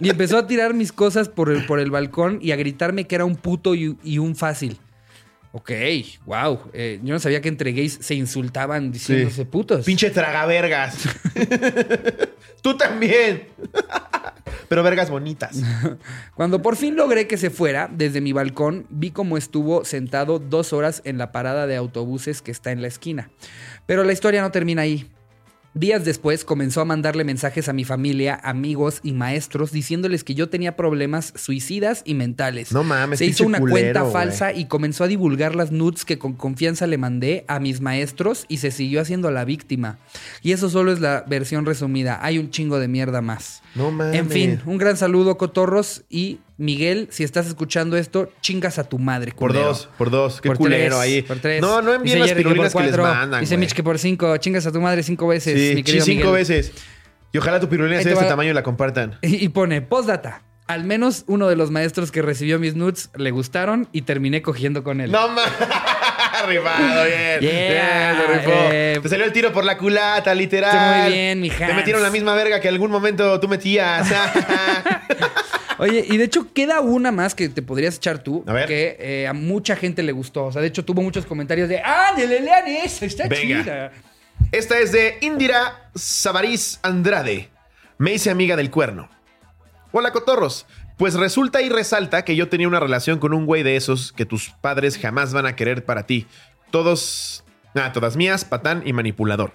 S3: Y empezó a tirar mis cosas por el, por el balcón y a gritarme que era un puto y, y un fácil. Ok, wow. Eh, yo no sabía que entre gays se insultaban diciéndose
S2: Sí.
S3: putos.
S2: Pinche tragavergas. Tú también. Pero vergas bonitas.
S3: Cuando por fin logré que se fuera, desde mi balcón vi cómo estuvo sentado dos horas en la parada de autobuses que está en la esquina. Pero la historia no termina ahí. Días después comenzó a mandarle mensajes a mi familia, amigos y maestros diciéndoles que yo tenía problemas suicidas y mentales.
S2: No mames,
S3: Se hizo
S2: pinche
S3: una
S2: culero,
S3: cuenta
S2: güey.
S3: falsa y comenzó a divulgar las nudes que con confianza le mandé a mis maestros y se siguió haciendo la víctima. Y eso solo es la versión resumida. Hay un chingo de mierda más.
S2: No mames.
S3: En fin, un gran saludo, Cotorros. Y Miguel, si estás escuchando esto, chingas a tu madre.
S2: Por
S3: culero.
S2: dos, por dos. Qué
S3: Por
S2: culero
S3: tres,
S2: ahí.
S3: Por tres.
S2: No, no envíen
S3: Dice
S2: las
S3: Jerry que
S2: pirulinas
S3: por
S2: que les
S3: cuatro.
S2: mandan.
S3: Dice
S2: güey.
S3: Mitch que por cinco. Chingas a tu madre cinco veces,
S2: Sí,
S3: mi querido
S2: cinco
S3: Miguel.
S2: veces. Y ojalá tu pirulina
S3: Ahí
S2: sea de
S3: te
S2: este
S3: va-
S2: tamaño y la compartan.
S3: Y, y pone, postdata. Al menos uno de los maestros que recibió mis nudes le gustaron y terminé cogiendo con él.
S2: No mames. Rifado, bien.
S3: Yeah,
S2: Bien, se rifó.
S3: eh.
S2: Te salió el tiro por la culata, literal.
S3: Está muy bien, mi
S2: Te
S3: Hans.
S2: metieron la misma verga que algún momento tú metías.
S3: Oye, y de hecho queda una más que te podrías echar tú,
S2: A ver.
S3: que eh, a mucha gente le gustó. O sea, de hecho tuvo muchos comentarios de, ah, le lean esa, está
S2: Venga.
S3: chida.
S2: Esta es de Indira Savariz Andrade. Me hice amiga del cuerno. Hola, cotorros. Pues resulta y resalta que yo tenía una relación con un güey de esos que tus padres jamás van a querer para ti. Todos. Ah, todas mías, patán y manipulador.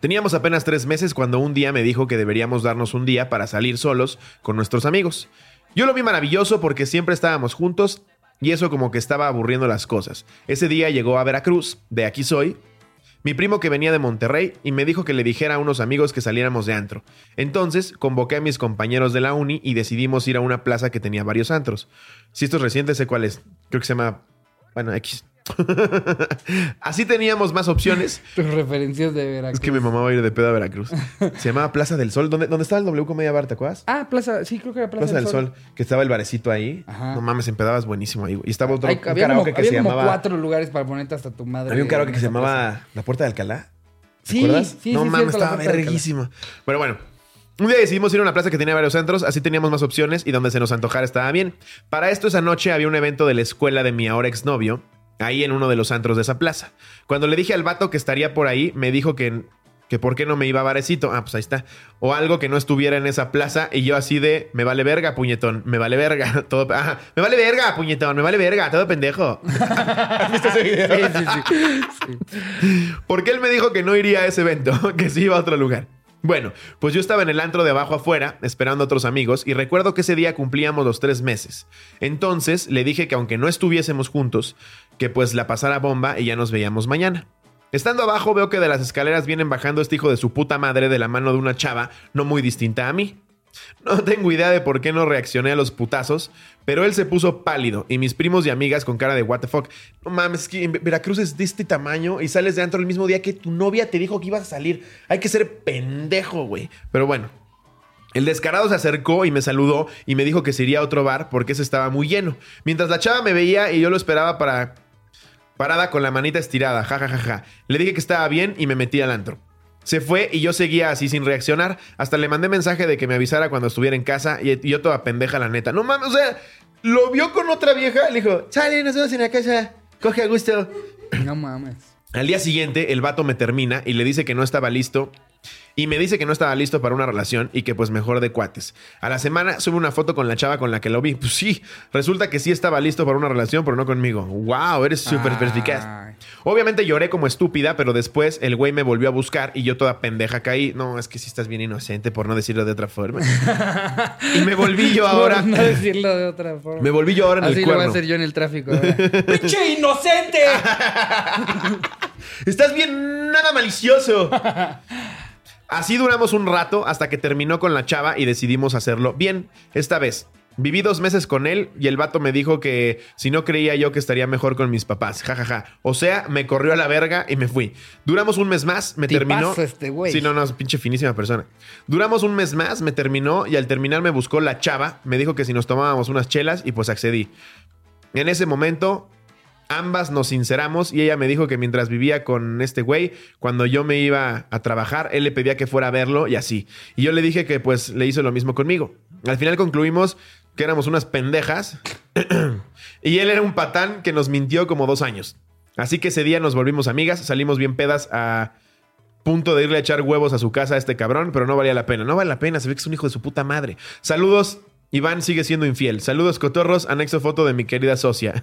S2: Teníamos apenas tres meses cuando un día me dijo que deberíamos darnos un día para salir solos con nuestros amigos. Yo lo vi maravilloso porque siempre estábamos juntos y eso como que estaba aburriendo las cosas. Ese día llegó a Veracruz, de aquí soy, mi primo que venía de Monterrey y me dijo que le dijera a unos amigos que saliéramos de antro. Entonces convoqué a mis compañeros de la uni y decidimos ir a una plaza que tenía varios antros. Si esto es reciente, sé cuál es. Creo que se llama... Bueno, X. Así teníamos más opciones.
S3: Tus referencias de Veracruz.
S2: Es que mi mamá va a ir de pedo a Veracruz. Se llamaba Plaza del Sol. ¿Dónde, dónde estaba el W Comedia Bar, te acuerdas?
S3: Ah, Plaza, sí, creo que era Plaza,
S2: Plaza del Sol. que estaba el barecito ahí.
S3: Ajá.
S2: No mames, empedabas buenísimo ahí. güey. Y estaba otro
S3: Hay-
S2: un
S3: había
S2: karaoke
S3: como,
S2: que
S3: había
S2: se
S3: como
S2: llamaba...
S3: cuatro lugares para ponerte hasta tu madre.
S2: Había un karaoke que se
S3: en esa plaza.
S2: llamaba La Puerta de Alcalá.
S3: Sí,
S2: ¿Recuerdas?
S3: sí,
S2: no
S3: sí,
S2: mames,
S3: cierto, la
S2: estaba
S3: Puerta de Alcalá.
S2: verguísima. Pero bueno, un día decidimos ir a una plaza que tenía varios centros, así teníamos más opciones y donde se nos antojara estaba bien. Para esto, esa noche había un evento de la escuela de mi ahora exnovio, ahí en uno de los antros de esa plaza. Cuando le dije al vato que estaría por ahí, me dijo que Que por qué no me iba a Varecito. Ah, pues ahí está. O algo que no estuviera en esa plaza y yo así de, me vale verga, puñetón, me vale verga. Todo, ah, me vale verga, puñetón, me vale verga, todo pendejo. ¿Has visto ese video?
S3: Sí, sí, sí. Sí.
S2: Porque él me dijo que no iría a ese evento, que sí iba a otro lugar. Bueno, pues yo estaba en el antro de abajo afuera, esperando a otros amigos, y recuerdo que ese día cumplíamos los tres meses. Entonces le dije que aunque no estuviésemos juntos, que pues la pasara bomba y ya nos veíamos mañana. Estando abajo veo que de las escaleras vienen bajando este hijo de su puta madre de la mano de una chava no muy distinta a mí. No tengo idea de por qué no reaccioné a los putazos, pero él se puso pálido y mis primos y amigas con cara de what the fuck. No mames, es que en Veracruz es de este tamaño y sales de antro el mismo día que tu novia te dijo que ibas a salir. Hay que ser pendejo, güey. Pero bueno. El descarado se acercó y me saludó y me dijo que se iría a otro bar porque ese estaba muy lleno. Mientras la chava me veía y yo lo esperaba para parada con la manita estirada, jajajaja. Le dije que estaba bien y me metí al antro. Se fue y yo seguía así sin reaccionar. Hasta le mandé mensaje de que me avisara cuando estuviera en casa y y yo toda pendeja, la neta. No mames, o sea, lo vio con otra vieja y le dijo, sale, nos vemos en la casa, coge a gusto.
S3: No mames.
S2: Al día siguiente, el vato me termina y le dice que no estaba listo. Y me dice que no estaba listo para una relación y que pues mejor de cuates. A la semana sube una foto con la chava con la que lo vi. Pues sí, resulta que sí estaba listo para una relación, pero no conmigo. ¡Wow! Eres súper
S3: Ay.
S2: perspicaz. Obviamente lloré como estúpida, pero después el güey me volvió a buscar y yo toda pendeja caí. No, es que sí estás bien inocente, por no decirlo de otra forma. y me volví yo ahora.
S3: Por no decirlo de otra forma.
S2: Me volví yo ahora en el
S3: Así lo voy a
S2: cuerno.
S3: hacer yo en el tráfico. ahora. ¡Pinche inocente!
S2: Estás bien nada malicioso. Así duramos un rato hasta que terminó con la chava y decidimos hacerlo bien, esta vez. Viví dos meses con él y el vato me dijo que si no creía yo que estaría mejor con mis papás, jajaja. O sea, me corrió a la verga y me fui. Duramos un mes más, me
S3: Tipazo
S2: terminó.
S3: este güey.
S2: Sí, no, no, es pinche finísima persona. Duramos un mes más, me terminó y al terminar me buscó la chava, me dijo que si nos tomábamos unas chelas y pues accedí. En ese momento, ambas nos sinceramos y ella me dijo que mientras vivía con este güey, cuando yo me iba a trabajar, él le pedía que fuera a verlo y así. Y yo le dije que pues le hizo lo mismo conmigo. Al final concluimos que éramos unas pendejas y él era un patán que nos mintió como dos años. Así que ese día nos volvimos amigas, salimos bien pedas a punto de irle a echar huevos a su casa a este cabrón, pero no valía la pena. No vale la pena, se ve que es un hijo de su puta madre. Saludos, Iván sigue siendo infiel. Saludos, cotorros, anexo foto de mi querida socia.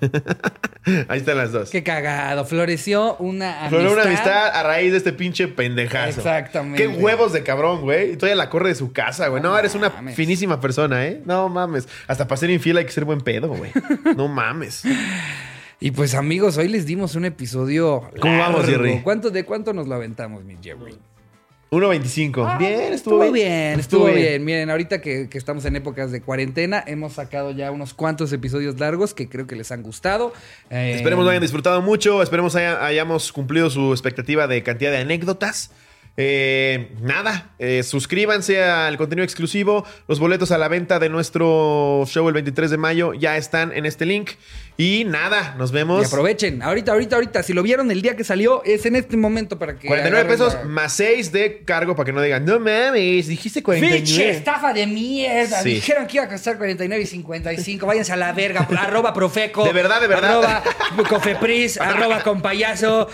S2: Ahí están las dos.
S3: Qué cagado. Floreció una amistad.
S2: Floró una amistad a raíz de este pinche pendejazo.
S3: Exactamente.
S2: Qué huevos de cabrón, güey. Y todavía la corre de su casa, güey.
S3: No
S2: No, eres una
S3: mames.
S2: finísima persona, ¿eh? No mames. Hasta para ser infiel hay que ser buen pedo, güey. No mames.
S3: Y pues amigos, hoy les dimos un episodio.
S2: ¿Cómo
S3: largo.
S2: vamos, Jerry?
S3: ¿Cuánto, ¿De cuánto nos lo aventamos, mi Jerry?
S2: 1.25. bien, estuvo,
S3: Ah, Estuvo bien, estuvo bien. Miren, ahorita que, que estamos en épocas de cuarentena, hemos sacado ya unos cuantos episodios largos que creo que les han gustado. Eh,
S2: Esperemos lo hayan disfrutado mucho. Esperemos haya- hayamos cumplido su expectativa de cantidad de anécdotas. Eh, nada, eh, suscríbanse al contenido exclusivo. Los boletos a la venta de nuestro show el 23 de mayo ya están en este link. Y nada, nos
S3: Y
S2: vemos.
S3: aprovechen. Ahorita, ahorita, ahorita. Si lo vieron el día que salió, es en este momento para que.
S2: 49
S3: agarren
S2: pesos
S3: la-
S2: más 6 de cargo para que no digan, no mames, dijiste
S3: Fiche,
S2: 49.
S3: estafa de mierda.
S2: Sí.
S3: Dijeron que iba a costar 49 y 55. Váyanse a la verga. arroba Profeco.
S2: De verdad, de verdad.
S3: Arroba Cofepris. arroba Compayazo.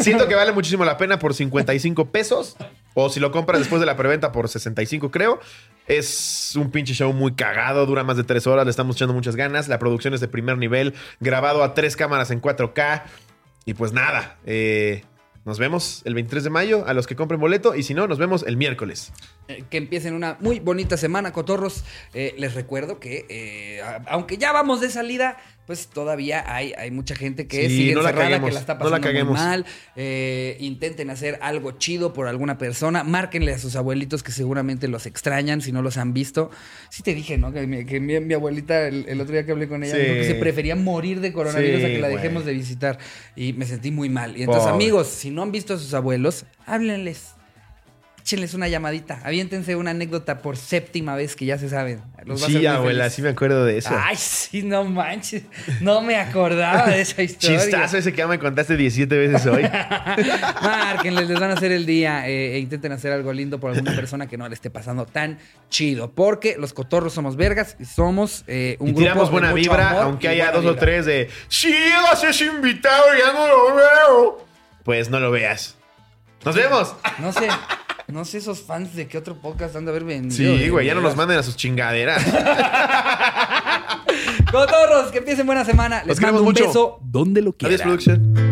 S2: Siento que vale muchísimo la pena por 55 pesos. O si lo compras después de la preventa por 65, creo. Es un pinche show muy cagado, dura más de tres horas, le estamos echando muchas ganas. La producción es de primer nivel, grabado a tres cámaras en 4K. Y pues nada, eh, nos vemos el 23 de mayo a los que compren boleto y si no, nos vemos el miércoles.
S3: Eh, Que empiecen una muy bonita semana, cotorros. Eh, les recuerdo que, eh, a- aunque ya vamos de salida, pues todavía hay, hay mucha gente que
S2: Sí,
S3: sigue
S2: no la
S3: encerrada,
S2: caguemos,
S3: que la está
S2: no la
S3: pasando muy
S2: caguemos.
S3: mal. Eh, intenten hacer algo chido por alguna persona. Márquenle a sus abuelitos que seguramente los extrañan si no los han visto. Sí te dije, ¿no? Que mi, que mi- mi abuelita, el, el otro día que hablé con ella,
S2: Sí.
S3: dijo que se prefería morir de coronavirus
S2: Sí,
S3: a que la
S2: güey.
S3: dejemos de visitar. Y me sentí muy mal. Y entonces,
S2: Pobre.
S3: amigos, si no han visto a sus abuelos, háblenles. Échenles una llamadita. Aviéntense una anécdota por séptima vez que ya se saben. Los va a hacer
S2: Sí,
S3: muy
S2: abuela,
S3: felices.
S2: sí me acuerdo de eso.
S3: Ay, sí, no manches. No me acordaba de esa historia.
S2: Chistazo ese que ya me contaste 17 veces hoy.
S3: Márquenles, les van a hacer el día eh, e intenten hacer algo lindo por alguna persona que no le esté pasando tan chido. Porque los cotorros somos vergas y somos eh, un
S2: y
S3: grupo
S2: tiramos
S3: de
S2: buena
S3: mucho
S2: vibra,
S3: amor
S2: aunque
S3: y
S2: haya
S3: buena
S2: dos o
S3: vibra.
S2: tres de si llegas ese invitado ya no lo veo. Pues no lo veas. ¡Nos vemos!
S3: No sé, no sé esos fans de qué otro podcast han de haber vendido. eh,
S2: Sí, güey, ya no nos
S3: mandan.
S2: manden a sus chingaderas.
S3: Cotorros, que empiecen buena semana. Les
S2: queremos
S3: mando un
S2: mucho.
S3: beso donde lo quieran.
S2: Adiós, production.